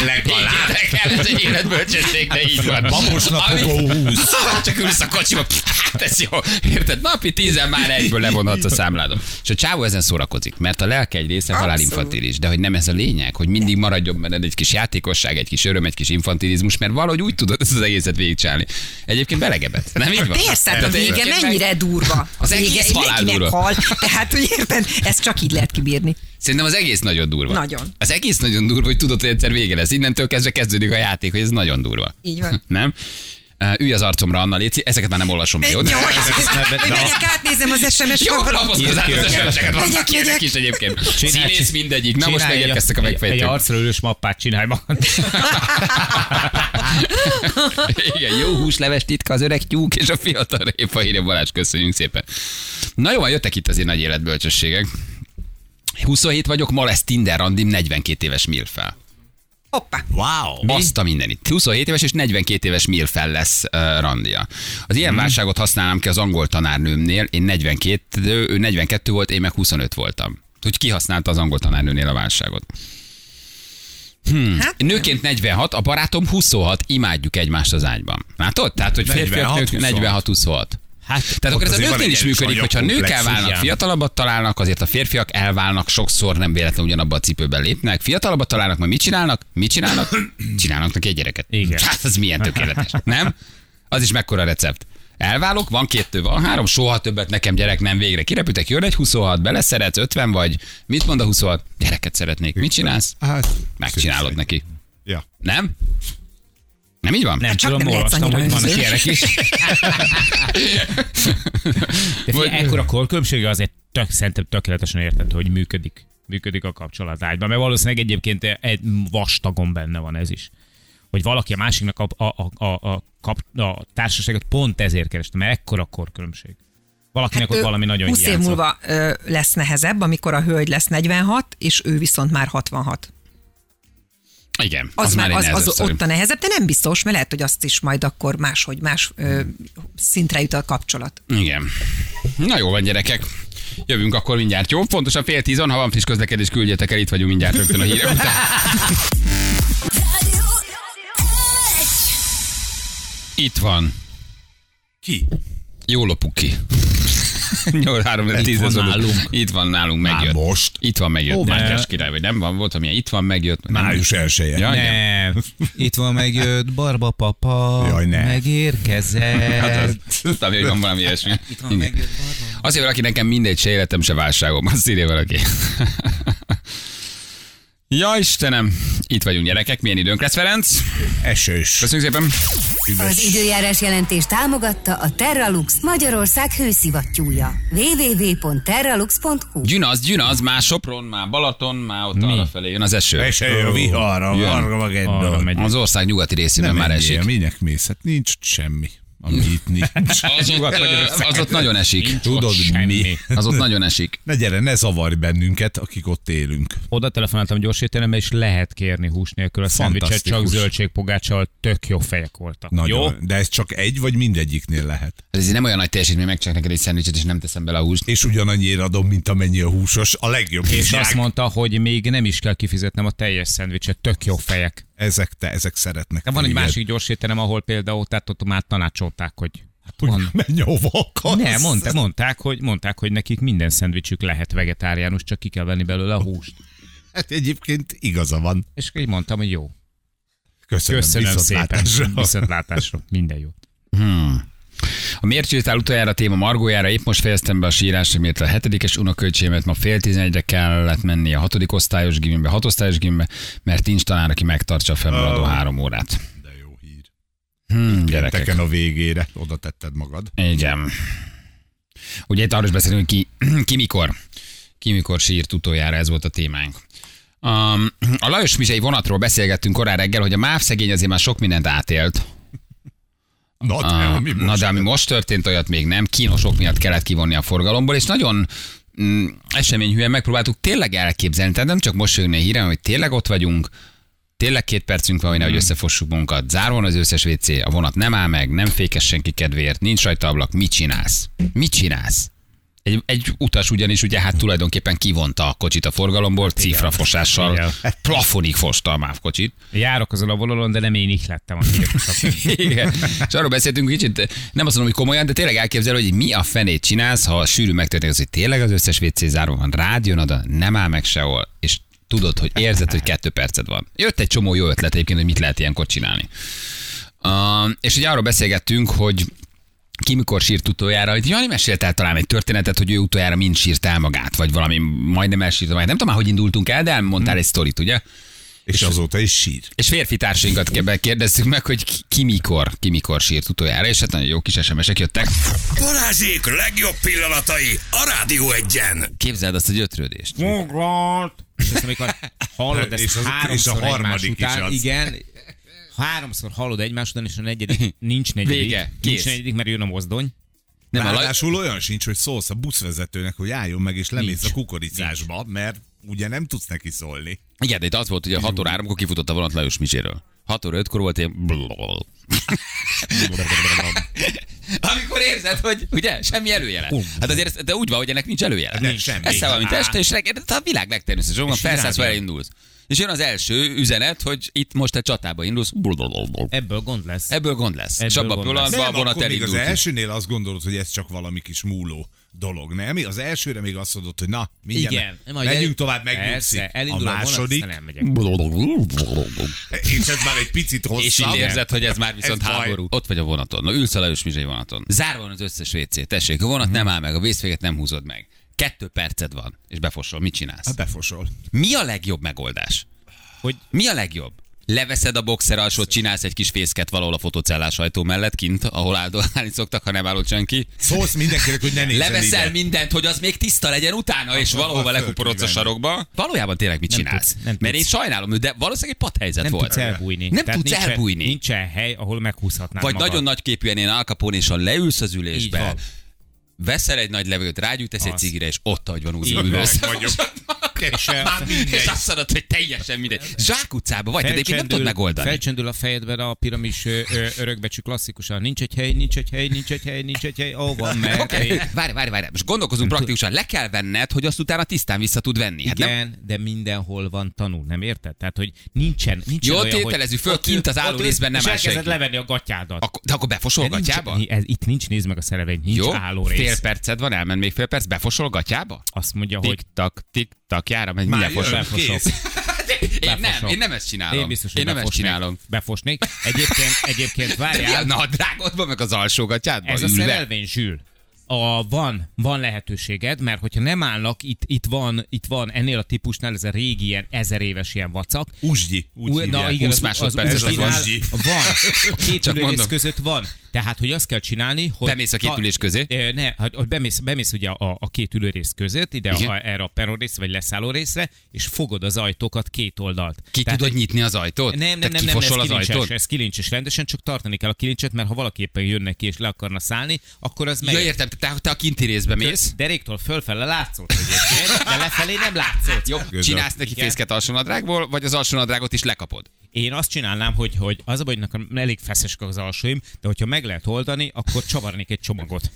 Speaker 1: Legalább. kell, ez egy életbölcsesség, de így van. Szóval
Speaker 2: Babos napokon húsz.
Speaker 1: Csak ülsz a kocsiba, ez jó. Érted? Napi tízen már egyből levonhatsz a számládon. És a csávó ezen szórakozik, mert a lelke egy része halálinfantilis, de hogy nem ez a lényeg, hogy mindig maradjon benned egy kis játékosság, egy kis öröm, egy kis infantilizmus, mert valahogy úgy tudod ezt az egészet végigcsinálni. Egyébként belegebet, nem így van?
Speaker 7: Persze, hát a
Speaker 1: Tehát
Speaker 7: vége
Speaker 1: egyébként meg-
Speaker 7: mennyire durva.
Speaker 1: Az
Speaker 7: A vége
Speaker 1: egész
Speaker 7: egy
Speaker 1: halál
Speaker 7: mindenkinek
Speaker 1: durva.
Speaker 7: hal. Tehát, hogy érted, ezt csak így lehet kibírni.
Speaker 1: Szerintem az egész nagyon durva.
Speaker 7: Nagyon.
Speaker 1: Az egész nagyon durva, hogy tudod, hogy egyszer vége lesz. Innentől kezdve kezdődik a játék, hogy ez nagyon durva.
Speaker 7: Így van.
Speaker 1: Nem? Ö, Ülj az arcomra, Anna Léci, ezeket már nem olvasom be, jó?
Speaker 7: Jó,
Speaker 3: ne-
Speaker 7: hogy
Speaker 3: na.
Speaker 7: megyek, átnézem az SMS
Speaker 1: Jó,
Speaker 7: -t.
Speaker 1: lapozkodás,
Speaker 3: Írj ki őket.
Speaker 1: ezeket vannak
Speaker 7: Megyek,
Speaker 1: ilyenek
Speaker 7: megyek.
Speaker 1: is egyébként.
Speaker 3: Csinálj,
Speaker 1: Színész mindegyik. Na most
Speaker 3: Csinálj
Speaker 1: megérkeztek a
Speaker 3: egy- Egy
Speaker 1: megfejtők.
Speaker 3: arcra ülős mappát csinálj magad.
Speaker 1: Igen, jó húsleves titka az öreg tyúk és a fiatal répa írja Balázs, köszönjük szépen. Na jó, van, jöttek itt az én nagy életbölcsességek. 27 vagyok, ma lesz Tinder randim 42 éves milfel.
Speaker 7: Hoppá.
Speaker 2: Wow.
Speaker 1: Azt a mindenit. 27 éves és 42 éves milfel lesz uh, randia. Az ilyen válságot használnám ki az angol tanárnőmnél. Én 42, de ő 42 volt, én meg 25 voltam. Hogy kihasználta az angol tanárnőnél a válságot. Hm.
Speaker 7: Hát,
Speaker 1: Nőként 46, a barátom 26, imádjuk egymást az ágyban. Látod? Tehát, hogy férfiak
Speaker 2: 46,
Speaker 1: nők 46-26.
Speaker 3: Hát,
Speaker 1: Tehát akkor ez a
Speaker 2: azért van
Speaker 1: nőknél
Speaker 2: egy
Speaker 1: is
Speaker 2: erős
Speaker 1: működik, hogyha nők
Speaker 2: anyakomplexus,
Speaker 1: elválnak,
Speaker 3: igen.
Speaker 1: fiatalabbat találnak, azért a férfiak elválnak, sokszor nem véletlenül ugyanabba a cipőben lépnek. Fiatalabbat találnak, majd mit csinálnak? Mit csinálnak? Csinálnak neki egy gyereket.
Speaker 3: Igen.
Speaker 1: Hát ez milyen tökéletes, nem? Az is mekkora recept. Elválok, van két tő, van három, soha többet nekem gyerek nem végre. Kirepültek, jön egy 26, beleszeretsz, 50 vagy. Mit mond a 26? Gyereket szeretnék. Mit csinálsz?
Speaker 2: Hát,
Speaker 1: Megcsinálod neki.
Speaker 8: Ja.
Speaker 1: Nem? Nem így van?
Speaker 3: Nem
Speaker 7: Hát csak
Speaker 3: tudom,
Speaker 7: nem lehetsz
Speaker 3: olvastam,
Speaker 7: annyira
Speaker 3: hogy vannak
Speaker 7: önző.
Speaker 3: ilyenek is. De figyelj, ekkora korkülönbsége azért tök, szerintem tökéletesen értető, hogy működik működik a kapcsolat ágyban, mert valószínűleg egyébként egy vastagon benne van ez is. Hogy valaki a másiknak a, a, a, a, a, kap, a társaságot pont ezért kereste, mert ekkora korkülönbség. Valakinek hát ott
Speaker 7: ő
Speaker 3: valami nagyon
Speaker 7: 20 év
Speaker 3: hiányzott.
Speaker 7: múlva ö, lesz nehezebb, amikor a hölgy lesz 46, és ő viszont már 66.
Speaker 1: Igen.
Speaker 7: Az, az már
Speaker 1: egy
Speaker 7: az,
Speaker 1: nehezebb
Speaker 7: az
Speaker 1: sztori.
Speaker 7: ott a nehezebb, de nem biztos, mert lehet, hogy azt is majd akkor máshogy más ö, szintre jut a kapcsolat.
Speaker 1: Igen. Na jó van, gyerekek. Jövünk akkor mindjárt, jó? Pontosan fél tízon, ha van friss közlekedés, küldjetek el, itt vagyunk mindjárt rögtön a hírek után. Itt van.
Speaker 2: Ki?
Speaker 1: Jó lopuk ki. 8 3 10
Speaker 3: van
Speaker 1: ez a lop.
Speaker 3: nálunk.
Speaker 1: Itt van nálunk, megjött.
Speaker 2: Már most?
Speaker 1: Itt van, megjött. Ó,
Speaker 3: Ó,
Speaker 1: Mátyás
Speaker 3: ne.
Speaker 1: király, vagy nem van, volt, amilyen itt van, megjött. Nem.
Speaker 2: Május 1
Speaker 1: Ja,
Speaker 2: -e.
Speaker 1: igen.
Speaker 3: Nem. Itt van megjött Barba papa,
Speaker 2: Jaj, ne.
Speaker 3: megérkezett.
Speaker 1: Hát az, tudtam, hogy van valami ilyesmi. Itt van, megjött. Azért valaki nekem mindegy, se életem, se válságom. Azt írja valaki. Ja, Istenem! Itt vagyunk, gyerekek. Milyen időnk lesz, Ferenc?
Speaker 2: Esős.
Speaker 1: Köszönjük szépen!
Speaker 5: Az időjárás jelentés támogatta a Terralux Magyarország hőszivattyúja. www.terralux.hu
Speaker 1: Gyűn az, gyűn az, már Sopron, már Balaton, már ott
Speaker 3: Mi?
Speaker 1: arra felé jön az eső.
Speaker 2: Eső, a vihar, a
Speaker 1: Jön.
Speaker 3: Arra
Speaker 2: Armageddon.
Speaker 3: megy.
Speaker 1: Az ország nyugati részében
Speaker 2: Nem
Speaker 1: már esik.
Speaker 2: Minek mész? Hát nincs ott semmi, ami itt nincs.
Speaker 1: Az ott, ö, az ott nagyon esik.
Speaker 2: Tudod mi?
Speaker 1: Az ott nagyon esik.
Speaker 2: Ne gyere, ne zavarj bennünket, akik ott élünk.
Speaker 3: Oda telefonáltam gyors étterembe, és lehet kérni hús nélkül a szendvicset, csak
Speaker 2: Fantasztikus.
Speaker 3: zöldségpogácsal tök jó fejek voltak.
Speaker 2: Nagyon.
Speaker 3: Jó?
Speaker 2: De ez csak egy, vagy mindegyiknél lehet.
Speaker 1: Ez így nem olyan nagy teljesítmény, megcsak neked egy szendvicset, és nem teszem bele a húst.
Speaker 2: És ugyanannyiért adom, mint amennyi a húsos. A legjobb
Speaker 3: És
Speaker 2: húsják.
Speaker 3: azt mondta, hogy még nem is kell kifizetnem a teljes szendvicset, tök jó fejek.
Speaker 2: Ezek, te, ezek szeretnek.
Speaker 3: De van egy
Speaker 2: téged.
Speaker 3: másik gyors étterem, ahol például, tehát ott már tanácsolták, hogy hát van.
Speaker 2: Menj, ahova akarsz.
Speaker 3: Ne, mondta, mondták, hogy, mondták, hogy nekik minden szendvicsük lehet vegetáriánus, csak ki kell venni belőle a húst.
Speaker 2: Hát egyébként igaza van.
Speaker 3: És így mondtam, hogy jó.
Speaker 2: Köszönöm,
Speaker 3: Köszönöm szépen.
Speaker 2: viszontlátásra.
Speaker 3: Viszontlátásra. Minden jót.
Speaker 1: Hmm. A miért csináltál utoljára téma Margójára, épp most fejeztem be a sírásra, miért a hetedikes unokölcsémet ma fél tizenegyre kellett menni a hatodik osztályos gimbe, hatosztályos gimbe, mert nincs tanár, aki megtartsa a fennmaradó
Speaker 2: Ó.
Speaker 1: három órát.
Speaker 2: De jó hír.
Speaker 1: Hmm, gyerekek.
Speaker 2: Pénteken a végére oda tetted magad.
Speaker 1: Igen. Ugye itt arról is beszélünk, ki, ki mikor. Ki mikor sírt utoljára, ez volt a témánk. Um, a Lajos Mizsei vonatról beszélgettünk korán reggel, hogy a MÁV szegény azért már sok mindent átélt.
Speaker 2: Na, de,
Speaker 1: Ah,
Speaker 2: ami most
Speaker 1: Na de ami most történt, olyat még nem. Kínosok miatt kellett kivonni a forgalomból, és nagyon mm, eseményhűen megpróbáltuk tényleg elképzelni, tehát nem csak most jönne hírem, hogy tényleg ott vagyunk, tényleg két percünk van, hogy nehogy
Speaker 2: Hmm.
Speaker 1: összefossuk magunkat. Zárva van az összes WC, a vonat nem áll meg, nem fékes senki kedvéért, nincs rajta ablak, mit csinálsz? Mit csinálsz? Egy, egy utas ugyanis ugye hát tulajdonképpen kivonta a kocsit a forgalomból, cifrafosással,
Speaker 3: Igen.
Speaker 1: plafonig fosta a MÁV kocsit.
Speaker 3: Járok azon a vonalon, de nem én ihlettem. aki gyakran-
Speaker 1: Igen. És arról beszéltünk kicsit, nem azt mondom, hogy komolyan, de tényleg elképzelő, hogy mi a fenét csinálsz, ha sűrű megtörténik az, hogy tényleg az összes WC zárva van, rád jön oda, nem áll meg sehol, és tudod, hogy érzed, hogy kettő perced van. Jött egy csomó jó ötlet egyébként, hogy mit lehet ilyenkor csinálni. Uh, és ugye arról beszélgettünk, hogy ki mikor sírt utoljára, hogy Jani mesélt el talán egy történetet, hogy ő utoljára mind sírt el magát, vagy valami majdnem elsírt magát. Nem tudom már, hogy indultunk el, de elmondtál egy sztorit, ugye?
Speaker 2: És azóta is sír.
Speaker 1: És férfi társainkat ke- kérdeztük meg, hogy ki, ki mikor, ki mikor sírt utoljára, és hát nagyon jó kis SMS-ek jöttek.
Speaker 6: Balázsék legjobb pillanatai a Rádió egyen.
Speaker 1: Képzeld azt egy ötrődést.
Speaker 3: Foglalt! És ezt amikor hallod ezt
Speaker 2: És az- és a
Speaker 3: háromszor egymás
Speaker 2: harmadik is
Speaker 3: után,
Speaker 2: az.
Speaker 3: igen, háromszor hallod egymás után, és a negyedik nincs negyedik.
Speaker 1: Vége, kész.
Speaker 3: nincs negyedik, mert jön a mozdony.
Speaker 1: Nem, a Laj-
Speaker 2: Ráadásul olyan sincs, hogy szólsz a buszvezetőnek, hogy álljon meg és lemész a kukoricásba, mert ugye nem tudsz neki szólni.
Speaker 1: igen, de itt az volt, hogy a 6 óra 3-kor kifutott a vonat Lajos Mizséről. 6 óra 5-kor volt én... Amikor érzed, hogy ugye, semmi előjele. Hát azért ez- de úgy van, hogy ennek nincs előjele.
Speaker 2: Nem, semmi.
Speaker 1: Eszel valamint este, és reggel, de hát a világ legtermészetesen, onnan felszállsz, ha elindulsz. És jön az első üzenet, hogy itt most egy csatába indulsz.
Speaker 3: Ebből gond lesz.
Speaker 1: Ebből gond lesz.
Speaker 3: Ebből
Speaker 1: És abban a
Speaker 3: gond lesz.
Speaker 1: pillanatban a
Speaker 2: Nem,
Speaker 1: vonat
Speaker 2: akkor még az
Speaker 1: elindult. is.
Speaker 2: elsőnél azt gondolod, hogy ez csak valami kis múló dolog, nem? Az elsőre még azt mondod, hogy na, mindjárt
Speaker 3: Igen.
Speaker 2: me-
Speaker 3: Majd
Speaker 2: megyünk
Speaker 3: el-
Speaker 2: tovább, megnyugszik.
Speaker 3: Persze,
Speaker 2: A
Speaker 3: elindul a, vonat,
Speaker 2: második,
Speaker 3: aztán elmegyek.
Speaker 2: és ez már egy picit hosszabb.
Speaker 1: És így érzed, hogy ez már viszont
Speaker 2: Ez baj.
Speaker 1: háború. Ott vagy a vonaton, na ülsz a Lajos Mizsai vonaton. Zárva van az összes WC, tessék, a vonat nem áll meg, a vészféket nem húzod meg. Kettő perced van, és befosol. Mit csinálsz?
Speaker 2: Hát befosol.
Speaker 1: Mi a legjobb megoldás?
Speaker 3: Hogy-
Speaker 1: Mi a legjobb? Leveszed a boxer alsót, csinálsz egy kis fészket valahol a fotocellás ajtó mellett, kint, ahol áldolni szoktak, ha nem állod senki.
Speaker 2: Szólsz mindenkinek, hogy ne nézzen
Speaker 1: Leveszel
Speaker 2: ide.
Speaker 1: mindent, hogy az még tiszta legyen utána, és valahova
Speaker 2: akkor
Speaker 1: lekuporodsz a
Speaker 2: fölkívánni.
Speaker 1: sarokba. Valójában tényleg mit
Speaker 3: Nem
Speaker 1: csinálsz?
Speaker 3: tudsz, nem
Speaker 1: Mert én
Speaker 3: tudsz.
Speaker 1: sajnálom, de valószínűleg egy padhelyzet
Speaker 3: Nem
Speaker 1: volt.
Speaker 3: tudsz elbújni.
Speaker 1: Nem tudsz
Speaker 3: nincsen,
Speaker 1: elbújni.
Speaker 3: Nincsen hely, ahol meghúzhatnád
Speaker 1: Vagy
Speaker 3: magad.
Speaker 1: nagyon nagy képűen én alkapónésan leülsz az
Speaker 3: Hát Így van.
Speaker 1: ülésbe, veszel egy nagy levegőt, rágyújtasz egy
Speaker 3: Az.
Speaker 1: cigire, és ott ahogy van
Speaker 3: Így
Speaker 1: úzva
Speaker 3: van,
Speaker 1: ülősz.
Speaker 2: vagyok.
Speaker 1: És,
Speaker 3: Fel-
Speaker 1: és azt mondod, hogy teljesen mindegy. Zsák utcába vagy, de egyébként nem tudod megoldani.
Speaker 3: Felcsendül a fejedben a piramis ö, ö, örökbecsű klasszikusan. Nincs egy hely, nincs egy hely, nincs egy hely, nincs egy hely. Ó, van meg.
Speaker 1: Oké, Hát várj, várj, várj. Most gondolkozunk praktikusan. Le kell venned, hogy azt utána tisztán vissza tud venni. Hát nem,
Speaker 3: Igen, nem? de mindenhol van tanul, nem érted? Tehát, hogy nincsen, nincsen
Speaker 1: Jó,
Speaker 3: olyan,
Speaker 1: tételezzük
Speaker 3: hogy
Speaker 1: föl, kint az álló részben nem
Speaker 3: és
Speaker 1: áll
Speaker 3: elkezded
Speaker 1: senki.
Speaker 3: levenni a gatyádat.
Speaker 1: akkor, de akkor
Speaker 3: De
Speaker 1: befosol
Speaker 3: nincs-
Speaker 1: gatyába?
Speaker 3: ni- ez, itt nincs, nézd meg a szerelvény, nincs
Speaker 1: Jó,
Speaker 3: álló rész.
Speaker 1: fél perced van, elment még fél perc, befosol gatyába?
Speaker 3: Azt mondja, hogy
Speaker 1: Tik-tak, tik-tak, járom, egy mindjárt
Speaker 2: jön,
Speaker 1: fosol.
Speaker 3: befosok.
Speaker 2: kész.
Speaker 1: Én nem,
Speaker 3: Befosok.
Speaker 1: én nem ezt csinálom.
Speaker 3: Én biztos, hogy
Speaker 1: én nem ezt
Speaker 3: befosnék.
Speaker 1: csinálom.
Speaker 3: Befosnék. Egyébként, egyébként
Speaker 1: Ja,
Speaker 3: várjál,
Speaker 1: na, a drágodban meg az alsógatjádban
Speaker 3: ez a szerelvény zsűl. A, van, van lehetőséged, mert hogyha nem állnak, itt, itt, van, itt van ennél a típusnál ez a régi ilyen ezer éves ilyen vacak,
Speaker 2: Uzsgyi.
Speaker 3: Ú,
Speaker 2: Úgy hívják.
Speaker 1: igen, 20
Speaker 3: az-
Speaker 1: másodperces
Speaker 3: az
Speaker 2: van.
Speaker 3: úszinál Van. A két
Speaker 1: Csak
Speaker 3: ülés
Speaker 1: mondom.
Speaker 3: között van. Tehát, hogy azt kell csinálni, hogy...
Speaker 1: Bemész a két
Speaker 3: ha-
Speaker 1: ülés közé?
Speaker 3: Ö, Ne, hát, hogy bemész, bemész ugye a, a két ülőrész között, ide
Speaker 1: Igen.
Speaker 3: a, erre a peron részre, vagy leszálló részre, és fogod az ajtókat két oldalt.
Speaker 1: Ki
Speaker 3: Tehát-
Speaker 1: tudod nyitni az ajtót?
Speaker 3: nem, nem,
Speaker 1: Tehát
Speaker 3: nem, nem, ez
Speaker 1: kifosol az
Speaker 3: kilincses,
Speaker 1: ajtót?
Speaker 3: ez kilincses rendesen, csak tartani kell a kilincset, mert ha valaki éppen jön neki és le akarna szállni, akkor az megy.
Speaker 1: Ja, értem, te, te a kinti részbe mész,
Speaker 3: Deréktől fölfele látszott egyébként, de lefelé nem látszott. Jó,
Speaker 1: csinálsz neki
Speaker 3: Igen.
Speaker 1: fészket alsónadrágból, vagy az alsónadrágot is lekapod.
Speaker 3: Én azt csinálnám, hogy, hogy az a baj, hogy nekem elég feszesek az alsóim, de hogyha meg lehet oldani, akkor csavarnék egy csomagot.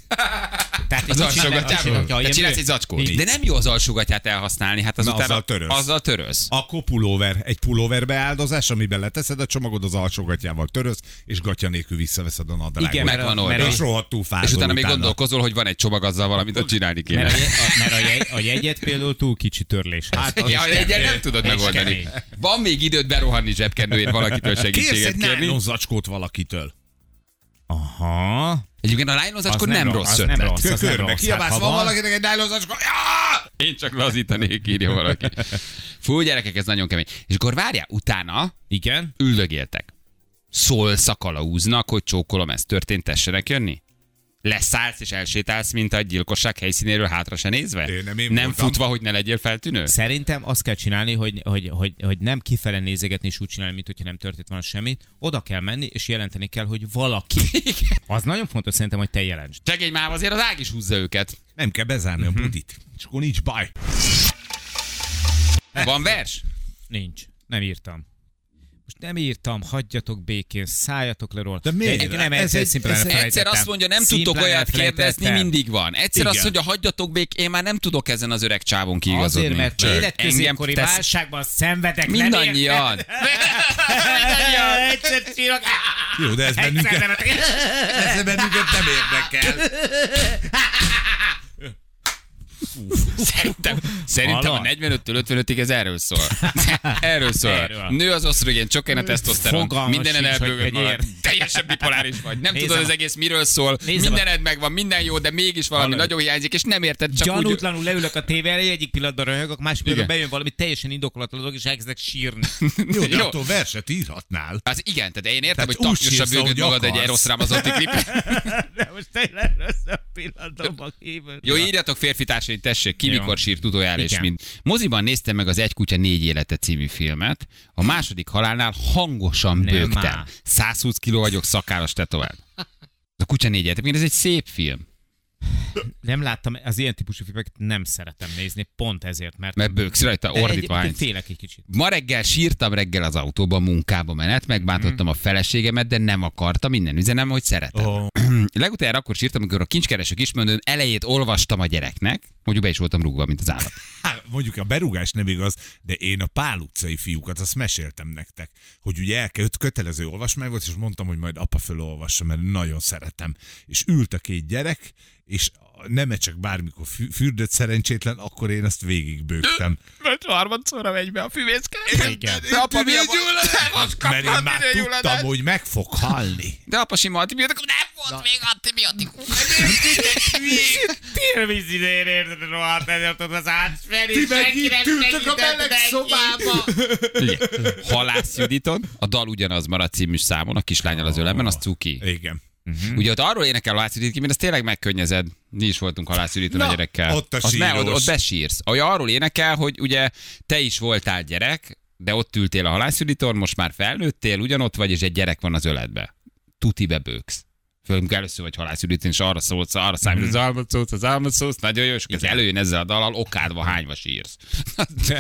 Speaker 3: Tehát
Speaker 1: Az
Speaker 3: így csinálnám,
Speaker 1: alsógatjából?
Speaker 3: hogyha
Speaker 1: Te
Speaker 3: ilyen
Speaker 1: csinálsz
Speaker 3: nő-
Speaker 1: egy zacskót.
Speaker 3: Így.
Speaker 1: De nem jó az alsógatját elhasználni, hát azután...
Speaker 2: azzal törölsz.
Speaker 1: Azzal törölsz.
Speaker 2: Akkor pulóver. Egy pulóver beáldozás, amiben leteszed a csomagod az alsógatyával törösz, és gatya nélkül visszaveszed a nadrágot.
Speaker 3: Igen,
Speaker 1: Meg
Speaker 3: mert, a-
Speaker 1: van
Speaker 3: mert,
Speaker 1: oldva.
Speaker 3: a-
Speaker 2: és rohadtul fázol
Speaker 1: És utána még gondolkozol, hogy van egy csomag azzal valamit, hogy csinálni
Speaker 3: hát mert, a,
Speaker 1: kéne.
Speaker 3: jegy- a, mert a, jegy, a jegyet például túl kicsi törléshez. Hát,
Speaker 1: Ja, egyen nem tudod
Speaker 3: Ez
Speaker 1: megoldani.
Speaker 3: kemény.
Speaker 1: Van még időd berohanni zsebkendőért valakitől
Speaker 2: Kérsz
Speaker 1: segítséget
Speaker 2: egy
Speaker 1: kérni.
Speaker 2: nylon zacskót valakitől.
Speaker 3: Aha.
Speaker 1: Egyébként a lájnozáskor
Speaker 3: Az
Speaker 1: nem,
Speaker 3: nem
Speaker 1: nem
Speaker 3: ro-
Speaker 1: rossz
Speaker 3: az nem
Speaker 1: ötlet.
Speaker 3: rossz.
Speaker 1: Kö-
Speaker 3: nem
Speaker 2: Körbe
Speaker 3: rossz.
Speaker 2: kiabálsz,
Speaker 3: Hát, ha
Speaker 2: van
Speaker 3: van-
Speaker 2: valakinek egy dájlozacska.
Speaker 1: Én csak lazítanék, írja valaki. Fú, gyerekek, ez nagyon kemény. És akkor várjál, utána
Speaker 3: Igen?
Speaker 1: üldögéltek. Szólsz a kalauznak, hogy csókolom, ez történt, tessenek jönni? Leszállsz és elsétálsz, mint a gyilkosság helyszínéről hátra se nézve?
Speaker 2: Én nem én
Speaker 1: nem
Speaker 2: voltam.
Speaker 1: futva, hogy ne legyél feltűnő?
Speaker 3: Szerintem azt kell csinálni, hogy, hogy, hogy, hogy nem kifele nézegetni és úgy csinálni, mint hogyha nem történt volna semmi. Oda kell menni, és jelenteni kell, hogy valaki. Az nagyon fontos szerintem, hogy te jelentsd.
Speaker 1: Segény már, azért az ág is húzza őket.
Speaker 2: Nem kell bezárni a budit. És akkor nincs baj.
Speaker 1: Van vers?
Speaker 3: Nincs. Nem írtam. Most nem írtam, hagyjatok békén, szálljatok le róla.
Speaker 2: De miért?
Speaker 3: Egy- Nem,
Speaker 2: Ez
Speaker 3: ez,
Speaker 2: egy-
Speaker 3: ez, szimplán
Speaker 2: ez egy-
Speaker 3: elfelejtettem.
Speaker 1: Egyszer azt mondja, nem
Speaker 3: Szimplán
Speaker 1: tudtok olyat
Speaker 3: elfelejtettem.
Speaker 1: kérdezni, mindig van. Egyszer
Speaker 2: Igen.
Speaker 1: azt mondja, hagyjatok bék, én már nem tudok ezen az öreg csávon kiigazodni.
Speaker 3: Azért, mert
Speaker 1: Cső.
Speaker 3: életközépkori
Speaker 1: Engem tesz-
Speaker 3: válságban szenvedek. nem
Speaker 1: Mindannyian.
Speaker 3: érted? Egyszer sírok.
Speaker 2: Jó, de ez
Speaker 3: Egyszer
Speaker 2: bennünket,
Speaker 3: nevetek.
Speaker 2: ez bennünket nem érdekel.
Speaker 1: Szerintem, szerintem a
Speaker 3: Hallod?
Speaker 1: 45-től 55-ig ez erről szól. Erről szól.
Speaker 3: Erről.
Speaker 1: Nő az osztrogén, csökken a tesztoszteron,
Speaker 3: Fogalmas
Speaker 1: mindenen
Speaker 3: sincs, hogy
Speaker 1: elbőgött
Speaker 3: hogy
Speaker 1: marad.
Speaker 3: miért.
Speaker 1: Teljesen bipoláris vagy. Nem
Speaker 3: Nézem
Speaker 1: tudod
Speaker 3: a-
Speaker 1: az egész miről szól.
Speaker 3: Nézem a-
Speaker 1: Mindened megvan, minden jó, de mégis valami
Speaker 3: Hallod?
Speaker 1: nagyon hiányzik, és nem érted, csak úgy...
Speaker 3: Gyanútlanul leülök a tévé elé, egyik pillanatban röhögök, másik pillanatban
Speaker 1: Igen.
Speaker 3: bejön valami teljesen indokolatlan dolog, és elkezdek sírni.
Speaker 2: Jó, de attól verset írhatnál.
Speaker 1: Az igen, tehát én értem,
Speaker 2: Tehát
Speaker 1: hogy
Speaker 2: úgy
Speaker 1: tapnyosra
Speaker 2: sírsz,
Speaker 1: bőgöd
Speaker 2: ahogy
Speaker 1: magad egy
Speaker 2: akarsz.
Speaker 1: Eros Ramazzotti klipet.
Speaker 3: De most tényleg rossz a pillanatban kívül.
Speaker 1: Jó, írjatok férfi társai, tessék, ki
Speaker 3: Jó.
Speaker 1: mikor sírt utoljára és
Speaker 3: Igen.
Speaker 1: mind. Moziban néztem meg az Egy kutya négy élete című filmet. A második halálnál hangosan
Speaker 3: Nem
Speaker 1: bőgtem.
Speaker 3: már.
Speaker 1: 120 kiló vagyok, szakállas tetovált. A kutya négy élete, ez egy szép film.
Speaker 3: Nem láttam, az ilyen típusú filmeket nem szeretem nézni, pont ezért, mert...
Speaker 1: Mert bőksz rajta,
Speaker 3: De
Speaker 1: ordítva
Speaker 3: egy,
Speaker 1: hánysz.
Speaker 3: Félek egy kicsit.
Speaker 1: Ma reggel sírtam reggel az autóban, munkába menet, megbántottam a feleségemet, de nem akartam, minden üzenem, hogy szeretem.
Speaker 2: Ó.
Speaker 1: Legutoljára akkor sírtam, amikor a kincskereső kismondőn elejét olvastam a gyereknek, mondjuk be is voltam rúgva, mint az állat.
Speaker 2: Há, Hát, mondjuk a berúgás nem igaz, de én a Pál utcai fiúkat, azt meséltem nektek, hogy ugye elkölt kötelező olvasmány volt, és mondtam, hogy majd apa fölolvassa, mert nagyon szeretem. És ült a két gyerek, és nem csak bármikor fü- fürdött szerencsétlen, akkor én ezt végigbőgtem.
Speaker 4: Most harmadszorra megy be a fűvészkedés.
Speaker 3: Igen.
Speaker 1: De apa, mi a baj?
Speaker 2: Hát, Mert én már
Speaker 4: minden gyulladást.
Speaker 2: tudtam, hogy meg fog halni.
Speaker 1: hát? De apa sima antibiotikum, nem volt még antibiotikum. Hülyék.
Speaker 3: Télvíz idején érted, rohadt ezért az át, Feri,
Speaker 1: Ugye, Halász Juditon, a dal ugyanaz marad című számon, a kislányal az ölemben, az cuki.
Speaker 2: Igen. Mhm.
Speaker 1: Ugye ott arról énekel Halász Judit ki, mert ezt tényleg megkönnyezed. Mi is voltunk Halász Juditon a
Speaker 2: Na,
Speaker 1: gyerekkel.
Speaker 2: ott a
Speaker 1: Azt ne,
Speaker 2: sírós.
Speaker 1: ott, ott besírsz. Olyan arról énekel, hogy ugye te is voltál gyerek, de ott ültél a Halász Juditon, most már felnőttél, ugyanott vagy, és egy gyerek van az öledbe. Tuti bebőksz. Főleg, amikor először vagy Halász Juditon, és arra szólsz, arra számít,
Speaker 2: Mhm.
Speaker 1: az álmod szólsz, az álmod szólsz, nagyon jó, és akkor ez előjön ezzel a dalal, okádva hányva sírsz.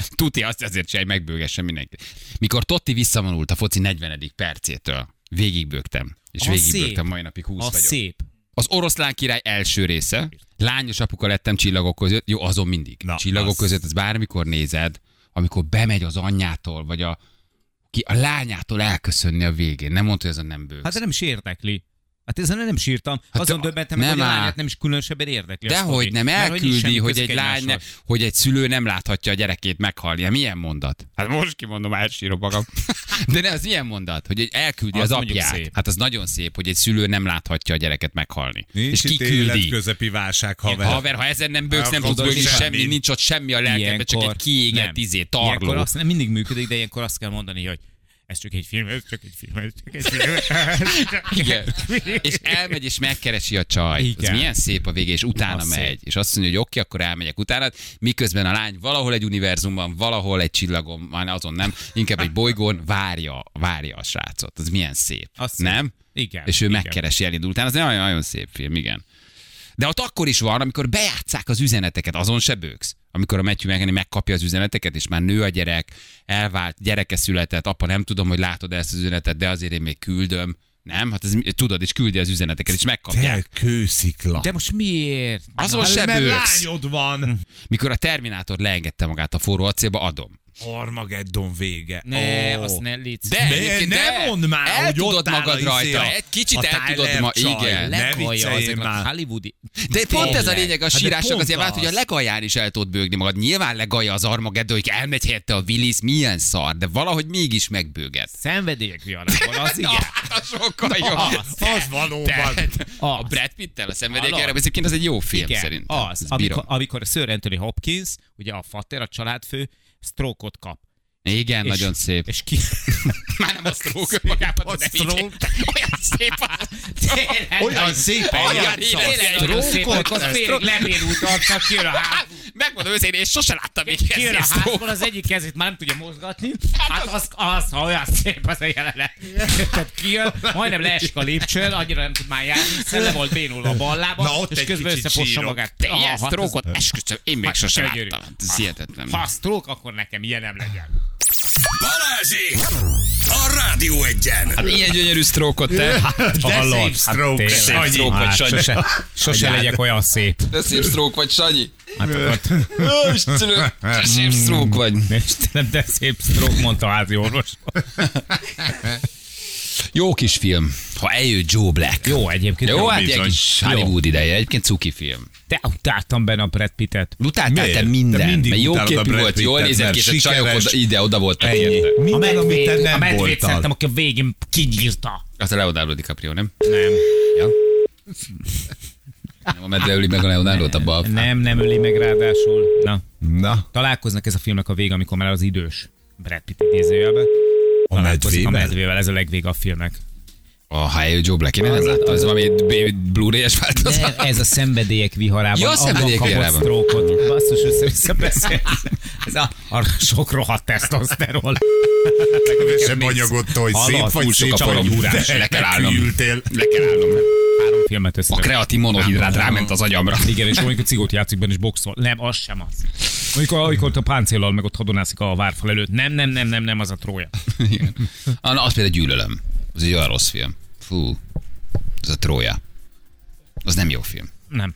Speaker 1: Tuti azt azért csinálj, megbőgessen mindenki. Mikor Totti visszavonult a foci 40. percétől, végigbőgtem. És
Speaker 3: A
Speaker 1: végigbőgtem
Speaker 3: szép.
Speaker 1: mai napig 20
Speaker 3: A
Speaker 1: vagyok.
Speaker 3: szép.
Speaker 1: Az oroszlán király első része, lányos apuka lettem csillagok között, jó, azon mindig. Na,
Speaker 2: Na,
Speaker 1: csillagok az...
Speaker 2: az.
Speaker 1: között, ez bármikor nézed, amikor bemegy az anyjától, vagy a, ki a lányától elköszönni a végén. Nem mondta, hogy azon nem bőksz. Hát,
Speaker 3: Hát de nem is érdekli. Hát ezen nem sírtam, hát azon
Speaker 1: de-
Speaker 3: döbbentem,
Speaker 1: nem
Speaker 3: hogy a
Speaker 1: áll.
Speaker 3: lányát nem is különösebben érdekli. a
Speaker 1: Dehogy
Speaker 3: sztori.
Speaker 1: nem,
Speaker 3: Mert hogy nincs
Speaker 1: elküldi,
Speaker 3: semmi
Speaker 1: hogy,
Speaker 3: közük
Speaker 1: egy lány, ne,
Speaker 3: egymáshoz.
Speaker 1: hogy egy szülő nem láthatja a gyerekét meghalni. Hát Milyen mondat? Hát most kimondom, elsírom magam. De ne, az milyen mondat, hogy egy elküldi az,
Speaker 3: Az
Speaker 1: az
Speaker 3: mondjuk
Speaker 1: apját.
Speaker 3: szép.
Speaker 1: Hát az nagyon szép, hogy egy szülő nem láthatja a gyereket meghalni.
Speaker 2: Nincs itt
Speaker 1: és kiküldi.
Speaker 2: életközepi válság,
Speaker 1: haver.
Speaker 2: haver.
Speaker 1: haver, ha ezen nem bőksz, nem
Speaker 2: Akkor
Speaker 1: tudsz bőgni
Speaker 2: bőgni
Speaker 1: semmi,
Speaker 2: semmi.
Speaker 1: nincs ott semmi a lelkedben, csak egy kiégett izé,
Speaker 3: Ilyenkor
Speaker 1: tarló.
Speaker 3: azt nem mindig működik, de ilyenkor azt kell mondani, hogy ez csak egy film, ez csak egy film, ez csak egy film.
Speaker 1: Igen. És elmegy, és megkeresi a csaj. Igen.
Speaker 3: Igen.
Speaker 1: Ez milyen szép a vége, és utána
Speaker 3: Az
Speaker 1: az
Speaker 3: szép.
Speaker 1: megy. És azt mondja, hogy oké, akkor elmegyek utána, miközben a lány valahol egy univerzumban, valahol egy csillagon, már azon nem, inkább egy bolygón várja, várja a srácot. Az milyen szép.
Speaker 3: Az szép.
Speaker 1: nem?
Speaker 3: Igen,
Speaker 1: És ő
Speaker 3: igen.
Speaker 1: megkeresi, elindul utána. Ez egy nagyon, nagyon szép film, igen. De ott akkor is van, amikor bejátszák az üzeneteket, azon se bőksz. Amikor a Matthew McKenny megkapja az üzeneteket, és már nő a gyerek, elvált, gyereke született, apa nem tudom, hogy látod ezt az üzenetet, de azért én még küldöm. Nem? Hát ez, mi- tudod, és küldi az üzeneteket, és megkapják.
Speaker 2: Te kőszikla.
Speaker 3: De most miért?
Speaker 1: Azon se
Speaker 2: Mert
Speaker 1: bőksz.
Speaker 2: lányod van.
Speaker 1: Mikor a Terminátor leengedte magát a forró acélba, adom.
Speaker 2: Armageddon vége.
Speaker 3: Ne,
Speaker 2: Ó.
Speaker 3: azt ne létsz.
Speaker 2: De, de,
Speaker 1: egyébként
Speaker 2: ne
Speaker 1: de.
Speaker 2: mondd már,
Speaker 1: El
Speaker 2: hogy
Speaker 1: tudod
Speaker 2: ott áll
Speaker 1: magad
Speaker 2: a izé
Speaker 1: rajta.
Speaker 2: a-
Speaker 1: Egy kicsit
Speaker 2: a
Speaker 1: el tudod
Speaker 2: Tyler
Speaker 1: ma-
Speaker 2: csaj.
Speaker 1: igen.
Speaker 2: Ne
Speaker 3: Lekalja
Speaker 2: viccelj
Speaker 3: azoknak
Speaker 2: már.
Speaker 3: hollywoodi...
Speaker 1: De pont ez a
Speaker 3: Tényleg.
Speaker 1: lényeg a
Speaker 3: Hát de
Speaker 1: sírásnak,
Speaker 3: pont
Speaker 1: azért hát,
Speaker 3: az.
Speaker 1: hogy a legaján is el tudod bőgni magad. Nyilván legalja az armageddon, hogy elmegy helyette a Willis, milyen szar, de valahogy mégis megbőget.
Speaker 3: Szenvedélyek viharában, az igen.
Speaker 1: Ah, sokkal jobb.
Speaker 2: Az valóban.
Speaker 1: A Brad Pitt-tel a szenvedélyek erre, egyébként ez egy jó film
Speaker 3: Igen,
Speaker 1: szerintem.
Speaker 3: az.
Speaker 1: Ezt bírom.
Speaker 3: Amikor, amikor Sir Anthony Hopkins, ugye a fater, a családfő, sztrókot kap.
Speaker 1: Igen,
Speaker 3: És-
Speaker 1: nagyon szép.
Speaker 3: És ki...
Speaker 1: Már nem a stroke magában, de
Speaker 2: szép.
Speaker 1: igen. Olyan szép az.
Speaker 3: Tényleg,
Speaker 2: Olyan szépen
Speaker 1: Olyan
Speaker 2: játszott.
Speaker 1: szép.
Speaker 3: Tényleg nagyon szép,
Speaker 2: Trókot,
Speaker 3: amikor
Speaker 2: ez
Speaker 3: félig
Speaker 2: trók-
Speaker 3: lemérült arccal kijön a ház.
Speaker 1: Megmondom őszintén, én sose láttam még
Speaker 3: Kijön
Speaker 1: ilyen
Speaker 3: a
Speaker 1: szép
Speaker 3: házból,
Speaker 1: stroke.
Speaker 3: az egyik kezét már nem tudja mozgatni. Hát az, az ha olyan szép az a jelenet. Tehát kijön, majdnem leesik a lépcsőn, annyira nem tud már járni, hiszen le volt bénulva a ballába,
Speaker 2: Na, ott
Speaker 3: és
Speaker 2: egy
Speaker 3: közben
Speaker 2: kicsit
Speaker 3: összefossa
Speaker 2: sírok.
Speaker 3: magát.
Speaker 1: Te ilyen
Speaker 3: Aha, hát az-
Speaker 1: stroke-ot esküszöm, én még
Speaker 3: Hát,
Speaker 1: sose
Speaker 3: gyönyörű.
Speaker 1: láttam. Ez hihetetlen.
Speaker 2: Hát,
Speaker 3: Ha stroke, akkor nekem ilyen nem legyen.
Speaker 6: Balázsi! A Rádió Egyen!
Speaker 1: Ilyen gyönyörű sztrókot te.
Speaker 2: Hallod?
Speaker 3: szép
Speaker 2: Hát
Speaker 3: stroke.
Speaker 2: tényleg.
Speaker 3: Szép
Speaker 2: Sanyi.
Speaker 1: stroke vagy,
Speaker 2: Hát,
Speaker 1: Sanyi.
Speaker 2: sose-
Speaker 3: Sose legyek olyan szép.
Speaker 1: Te szép sztrók vagy, Sanyi. Jó, Istenem, te szép sztrók vagy.
Speaker 3: Istenem, de szép stroke, mondta a házi orvos.
Speaker 1: Jó kis film. Ha eljő Joe Black.
Speaker 3: Jó, egyébként.
Speaker 1: Jó, hát
Speaker 2: bizony.
Speaker 1: egy kis
Speaker 3: Jó.
Speaker 1: Hollywood ideje, egyébként cuki film.
Speaker 3: Te utáltam benne a Brad Pittet.
Speaker 1: Utáltál
Speaker 2: Miért?
Speaker 1: te
Speaker 2: Te
Speaker 1: minden,
Speaker 2: mindig
Speaker 1: mert jó
Speaker 2: utálod a
Speaker 1: képű
Speaker 2: Brad
Speaker 1: volt, jól
Speaker 2: Pittet,
Speaker 1: nézett ki,
Speaker 2: mert
Speaker 1: és a csajok
Speaker 2: sikeres.
Speaker 1: oda, ide, oda voltak.
Speaker 2: Ennyi.
Speaker 1: érte.
Speaker 2: Minden, amit te
Speaker 3: a
Speaker 2: nem
Speaker 3: medvét
Speaker 2: voltál.
Speaker 3: szerettem, aki a végén kinyírta.
Speaker 1: Az a Leonardo DiCaprio, nem? Nem. Ja. Nem a medve öli meg a Leonardo-t a bal.
Speaker 3: Nem, nem öli meg ráadásul. Na.
Speaker 2: Na,
Speaker 3: Találkoznak ez a filmnek a vége, amikor már az idős Brad Pitt idézőjelben.
Speaker 2: a
Speaker 3: Találkozik a
Speaker 2: medvével.
Speaker 3: medvével, ez a legvége a filmnek.
Speaker 1: A H.L. Joe Black, én nem láttam, ez valami b- Blu-ray-es változat.
Speaker 3: ez a szenvedélyek viharában.
Speaker 1: Ja, a
Speaker 3: abban
Speaker 1: szenvedélyek
Speaker 3: kapott
Speaker 1: viharában.
Speaker 3: Sztrókot. Basszus, össze-vissza beszél. Ez a, a sok rohadt tesztoszteron.
Speaker 2: Sem anyagodta, hogy
Speaker 3: Hallod,
Speaker 2: szép vagy,
Speaker 3: túl
Speaker 2: szép
Speaker 3: sok a
Speaker 2: vagy.
Speaker 3: gyúrás.
Speaker 2: De
Speaker 1: Le kell állnom.
Speaker 2: Ültél.
Speaker 1: Le kell állnom.
Speaker 3: Három filmet össze.
Speaker 1: A kreatin monohidrát ráment az agyamra.
Speaker 3: Igen, és amikor cigót játszik benne, és boxol. Nem, az sem az. Amikor, amikor a páncéllal meg ott hadonászik a várfal előtt. Nem, nem, nem, nem, nem, az a trója.
Speaker 1: Igen. Ah, Na, azt például gyűlölöm. Az egy olyan rossz film. Fú, ez a Trója. Az nem jó film.
Speaker 3: Nem.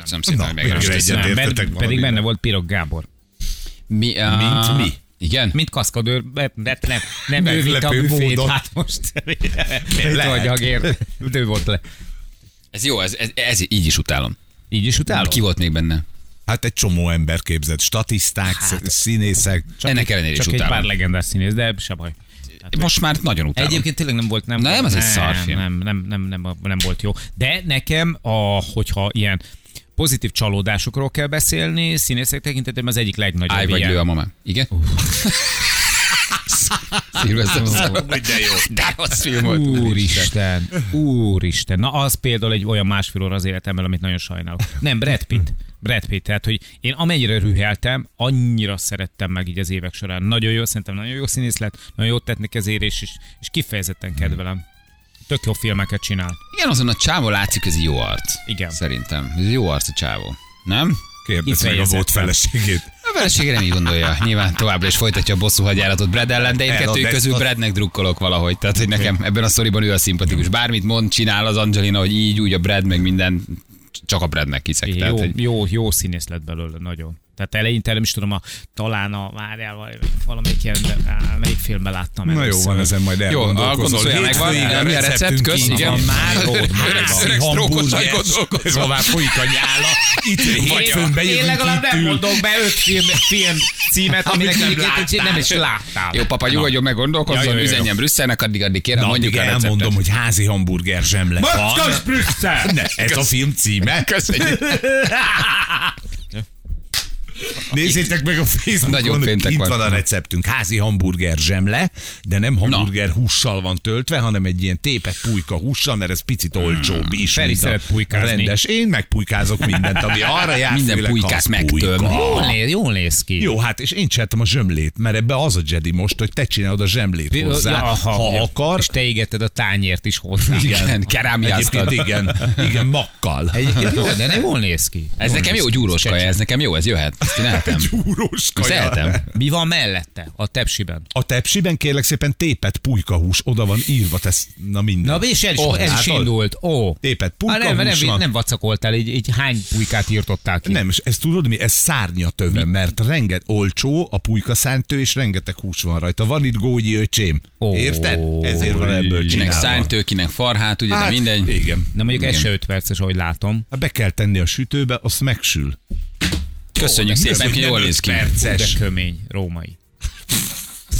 Speaker 1: Köszönöm szépen, hogy
Speaker 2: végre
Speaker 1: megerősítettél.
Speaker 2: egyet
Speaker 3: nem
Speaker 2: értetek
Speaker 3: pedig
Speaker 2: valamiben.
Speaker 3: benne volt Pirog Gábor.
Speaker 1: Mi, a...
Speaker 2: Mint mi?
Speaker 1: Igen?
Speaker 3: Mint kaszkadőr, be- be- nem, nem ő vitt a
Speaker 2: Meglepő
Speaker 3: büfét,
Speaker 2: módon.
Speaker 3: hát most lehet. de ő volt le.
Speaker 1: Ez jó, ez, ez, ez így is utálom.
Speaker 3: Így is utálom?
Speaker 1: Ki volt még benne?
Speaker 2: Hát egy csomó ember képzett, statiszták,
Speaker 1: Hát.
Speaker 2: sz- színészek.
Speaker 1: Csak Ennek ellenére is
Speaker 3: Csak egy pár
Speaker 1: utálom.
Speaker 3: legendás színész, de se baj.
Speaker 1: Most már nagyon utálom.
Speaker 3: Egyébként tényleg nem volt, nem,
Speaker 1: Nem,
Speaker 3: volt,
Speaker 1: ez egy szarfilm.
Speaker 3: nem, nem, nem, nem, nem, volt jó. De nekem, a, hogyha ilyen pozitív csalódásokról kell beszélni, színészek tekintetében az egyik legnagyobb
Speaker 1: Állj vagy
Speaker 3: ilyen.
Speaker 1: lő a mamám. Igen? Szilvesztem az
Speaker 2: De jó.
Speaker 1: De rossz film volt.
Speaker 3: Úristen, úristen. Na az például egy olyan másfél óra az életemmel, amit nagyon sajnálok. Nem, Brad Pitt. Brad Pitt, tehát hogy én amennyire rüheltem, annyira szerettem meg így az évek során. Nagyon jó, szerintem nagyon jó színész lett, nagyon jót tett neki az érés, és, és kifejezetten kedvelem. Tök jó filmeket csinál.
Speaker 1: Igen, azon a csávó látszik, ez egy jó arc.
Speaker 3: Igen.
Speaker 1: Szerintem. Ez egy jó arc a csávó. Nem?
Speaker 2: Kérdezd meg a
Speaker 3: Kifejezetten.
Speaker 2: volt feleségét.
Speaker 1: A feleségére mi gondolja? Nyilván továbbra is folytatja a bosszú hadjáratot Brad ellen, de én
Speaker 2: El a
Speaker 1: kettőjük közül
Speaker 2: desktop.
Speaker 1: Bradnek drukkolok valahogy. Tehát, hogy nekem ebben a szoriban ő a szimpatikus. Bármit mond, csinál az Angelina, hogy így, úgy a Brad, meg minden, csak a Bradnek hiszek.
Speaker 3: Jó,
Speaker 1: Tehát, hogy
Speaker 3: jó, jó színész lett belőle, nagyon. Tehát eleinte nem is tudom, a, talán a várjál val- valamelyik ilyen, de, á, melyik filmben láttam
Speaker 2: Na jó, van, ezen majd
Speaker 1: Jó, gondolsz,
Speaker 2: elgondolkozol.
Speaker 1: olyan megvan, mi a recept, kösz, igen.
Speaker 2: Már
Speaker 1: Öreg-
Speaker 2: ród,
Speaker 1: öreg sztrókos, hogy gondolkozol.
Speaker 2: Szóval már folyik a nyála. Itt
Speaker 3: Én,
Speaker 2: vagy fönn bejövünk,
Speaker 3: én legalább
Speaker 2: itt
Speaker 3: nem
Speaker 2: ül.
Speaker 3: mondok be öt film, film címet,
Speaker 1: Amit
Speaker 3: amit
Speaker 1: nem
Speaker 3: nem, nem, nem is láttál.
Speaker 1: Jó, papa, nyugodjon meg,
Speaker 3: Ja,
Speaker 1: gondolkozzon,
Speaker 3: jó, jó, jó.
Speaker 1: üzenjen Brüsszelnek, addig-addig kérem,
Speaker 2: Na,
Speaker 1: mondjuk
Speaker 2: addig
Speaker 1: a receptet.
Speaker 2: elmondom, hogy házi hamburger zsemle van.
Speaker 3: Brüsszel!
Speaker 2: Ne, ez a film címe.
Speaker 1: Köszönjük.
Speaker 2: Nézzétek meg a
Speaker 1: Nagyon
Speaker 2: Facebookon,
Speaker 1: péntek
Speaker 2: kint
Speaker 1: van.
Speaker 2: van a receptünk. Házi hamburger zsemle, de nem hamburger hússal van töltve, hanem egy ilyen tépet pulyka hússal, mert ez picit olcsóbb is.
Speaker 3: Feri
Speaker 2: mint a
Speaker 3: szeret pulykázni.
Speaker 2: Rendes. Én megpulykázok mindent, ami arra jár.
Speaker 1: Minden
Speaker 2: főleg, ha
Speaker 1: pulykát
Speaker 2: az
Speaker 1: megtöm.
Speaker 2: pulyka.
Speaker 3: Jól, néz, jól néz ki.
Speaker 2: Jó, hát és én csináltam a zsömlét, mert ebbe az a Jedi most, hogy te csinálod a zsömlét hozzá,
Speaker 3: Ja,
Speaker 2: ha
Speaker 3: ja.
Speaker 2: akar.
Speaker 3: És te égeted a tányért is hozzá.
Speaker 1: Igen,
Speaker 2: Egyébként
Speaker 1: kerámiáztad.
Speaker 2: igen, igen, makkal.
Speaker 3: Egyébként jó, de nem jól néz ki.
Speaker 1: Ez
Speaker 3: Jól
Speaker 1: nekem
Speaker 3: néz
Speaker 1: jó
Speaker 3: ki.
Speaker 1: gyúrós kaja, ez nekem jó, ez jöhet. Ezt ti nem? Szeretem.
Speaker 2: Gyúrós kaja.
Speaker 1: Szeretem.
Speaker 3: Mi van mellette a tepsiben?
Speaker 2: A tepsiben kérlek szépen tépet pulykahús, oda van írva, tesz, na minden.
Speaker 3: Na, és el is,
Speaker 2: Ó,
Speaker 3: oh, el is
Speaker 2: látod?
Speaker 3: indult. Ó. Oh.
Speaker 2: Téped puka,
Speaker 3: nem, nem,
Speaker 2: hús van.
Speaker 3: nem, nem vacakoltál, így, így hány pulykát írtottál ki?
Speaker 2: Nem, és ezt tudod mi? Ez szárnya töve, mert renget olcsó, a pulyka szántő, és rengeteg hús van rajta. Van itt gógyi öcsém.
Speaker 3: Ó,
Speaker 2: Érted? Ezért van ebből
Speaker 1: Kinek
Speaker 2: csinálva. Hát,
Speaker 1: szájtő, kinek farhát,
Speaker 3: Hát,
Speaker 1: ugye, de mindegy.
Speaker 2: Igen.
Speaker 3: Na mondjuk ez
Speaker 1: Igen.
Speaker 3: se 5 perces, ahogy látom.
Speaker 2: Hát Be kell tenni a sütőbe, azt megsül.
Speaker 1: Köszönjük szépen, hogy jól néz ki.
Speaker 3: De
Speaker 2: Perces.
Speaker 3: kömény, római.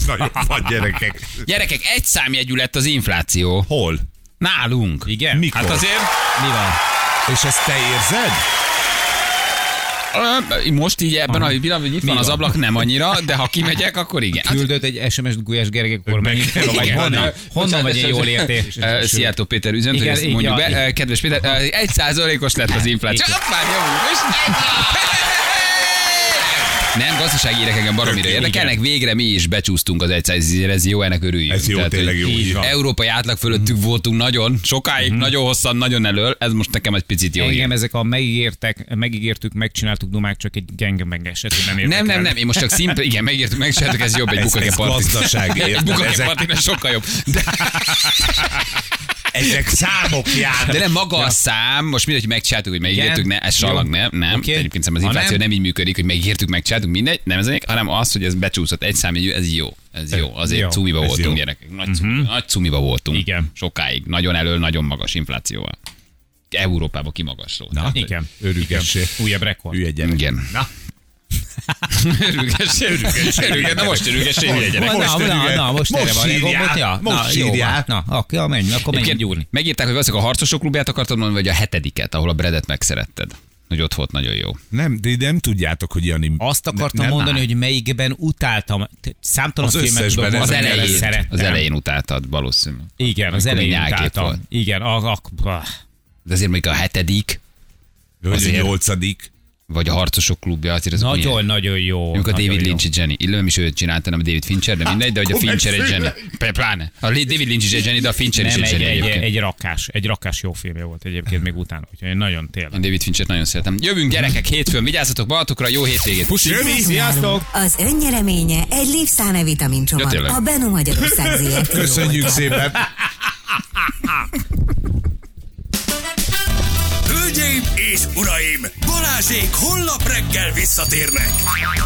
Speaker 2: Nagyon van, gyerekek.
Speaker 1: Gyerekek, egy számjegyű lett az infláció.
Speaker 2: Hol?
Speaker 1: Nálunk.
Speaker 3: Igen?
Speaker 2: Mikor?
Speaker 1: Hát azért... Mi van?
Speaker 2: És ezt te érzed?
Speaker 1: Ö, Most így ebben a pillanatban, hogy itt van az
Speaker 3: van?
Speaker 1: ablak, nem annyira, de ha kimegyek, akkor igen. Hát,
Speaker 3: Küldött egy SMS-t Gulyás Gergely kormány.
Speaker 2: kell
Speaker 1: igen,
Speaker 3: Honnan, honnan, honnan vagy én jól értés?
Speaker 1: Ö, Szijjártó Péter üzent, hogy
Speaker 3: Igen,
Speaker 1: ezt
Speaker 3: így,
Speaker 1: mondjuk
Speaker 3: ja,
Speaker 1: be. Ö, Kedves Péter, ö, egy százalékos lett az infláció.
Speaker 3: Igen.
Speaker 1: Ott már javul, és nem, gazdasági hírek engem baromira
Speaker 2: Tök jó,
Speaker 1: érdekelnek. Végre mi is becsúsztunk az egyszerzére, ez jó, ennek örüljünk.
Speaker 2: Ez jó, tényleg
Speaker 1: hogy
Speaker 2: jó, így van. Mhm.
Speaker 1: Európai átlag fölöttük voltunk nagyon, sokáig, nagyon hosszan, nagyon elől. Ez most nekem egy picit jó. hír.
Speaker 3: Engem ezek a megígértek, megígértük, megcsináltuk dumák, csak egy gengemenge esetén nem érdekel.
Speaker 1: Nem, nem, nem, én most csak szimpla, igen, megírtuk, megsértük, ez jobb egy
Speaker 2: Ez-
Speaker 1: bukake
Speaker 2: ez
Speaker 1: parti.
Speaker 2: gazdaság, érted?
Speaker 1: Bukake
Speaker 2: Ezek-
Speaker 1: parti, sokkal jobb. De,
Speaker 2: Ezek számok jár.
Speaker 1: de nem maga a szám, most mindegy, hogy megcsináltuk, hogy megígértük, ne, ez
Speaker 3: Jó.
Speaker 1: salag, nem, nem.
Speaker 3: Oké.
Speaker 1: Okay. Egyébként szerintem az
Speaker 3: Ha
Speaker 1: infláció
Speaker 3: nem?
Speaker 1: nem? így működik, hogy megígértük, megcsináltuk, mindegy, nem ez egyik, hanem az, hogy ez becsúszott egy számjegyű, ez jó. Ez jó, azért
Speaker 3: Jó, Mhm.
Speaker 1: cumiba
Speaker 2: ez
Speaker 1: voltunk,
Speaker 2: jó.
Speaker 1: gyerekek. Nagy, cumi, nagy cumiba voltunk.
Speaker 3: Igen.
Speaker 1: Sokáig, nagyon elől, nagyon magas inflációval. Európába kimagasról.
Speaker 2: Na,
Speaker 3: Igen.
Speaker 2: Örülgessé.
Speaker 3: Újabb rekord.
Speaker 2: Hülye gyerek.
Speaker 1: Igen. Na. Örülgessél, örülgessél. Na most örülgessél, hülye gyerek.
Speaker 3: Na, na,
Speaker 2: Most
Speaker 3: na,
Speaker 2: örülj.
Speaker 3: na, most,
Speaker 2: Most
Speaker 3: erre van.
Speaker 2: sírjál.
Speaker 3: Akkor- ja,
Speaker 2: Most
Speaker 3: na,
Speaker 2: sírjál.
Speaker 3: Jó, hát, na, akkor ja, menj, akkor menj gyúrni.
Speaker 1: megírták, hogy valószínűleg a harcosok klubját akartad mondani, vagy a hetediket, ahol a Bredet megszeretted. Hogy ott volt nagyon jó.
Speaker 2: Nem, de nem tudjátok, hogy Jani...
Speaker 3: Azt akartam
Speaker 2: nem
Speaker 3: mondani,
Speaker 2: áll.
Speaker 3: hogy melyikben utáltam. Te- Számtalan
Speaker 2: Az
Speaker 3: filmet
Speaker 2: összesben
Speaker 3: tudom,
Speaker 2: ez
Speaker 1: Az
Speaker 2: a
Speaker 3: amiket
Speaker 1: elején,
Speaker 3: szerettem.
Speaker 1: az elején utáltad valószínű.
Speaker 3: Igen, az
Speaker 1: Amikor még
Speaker 3: elején
Speaker 1: nyálkép volt.
Speaker 3: utáltam. Igen, a, a, a,
Speaker 1: De azért még a hetedik,
Speaker 2: Vagy a
Speaker 1: Azért.
Speaker 2: nyolcadik.
Speaker 1: vagy a harcosok klubja, azért azok milyen-
Speaker 3: nagyon-nagyon jó.
Speaker 1: Amikor a
Speaker 3: nagyon
Speaker 1: David
Speaker 3: jó. Hát
Speaker 1: Lynch és Jenny, illőm is őt csinálta, nem a David Fincher, de mindegy, de hogy a
Speaker 2: Akkor
Speaker 1: Fincher és Jenny.
Speaker 2: megszűnlek.
Speaker 1: Pe- Pláne. A David Lynch és Jenny, de a Fincher is
Speaker 3: Nem,
Speaker 1: egy
Speaker 3: egy,
Speaker 1: Jenny
Speaker 3: egy,
Speaker 1: egyébként.
Speaker 3: egy, rakás, egy rakás jó filmje volt egyébként még utána, úgyhogy én nagyon tényleg.
Speaker 1: Én David Finchert nagyon szeretem. Jövünk gyerekek hétfőn, vigyázzatok magatokra, jó hétvégét. Puszi!
Speaker 3: Sziasztok!
Speaker 5: Az önnyereménye egy Lipszáne
Speaker 1: Ja,
Speaker 5: vitamincsomag.
Speaker 1: tényleg.
Speaker 5: a Benu Magyarország ZRT.
Speaker 2: Köszönjük szépen.
Speaker 6: Hölgyeim és uraim, Balázsék holnap reggel visszatérnek.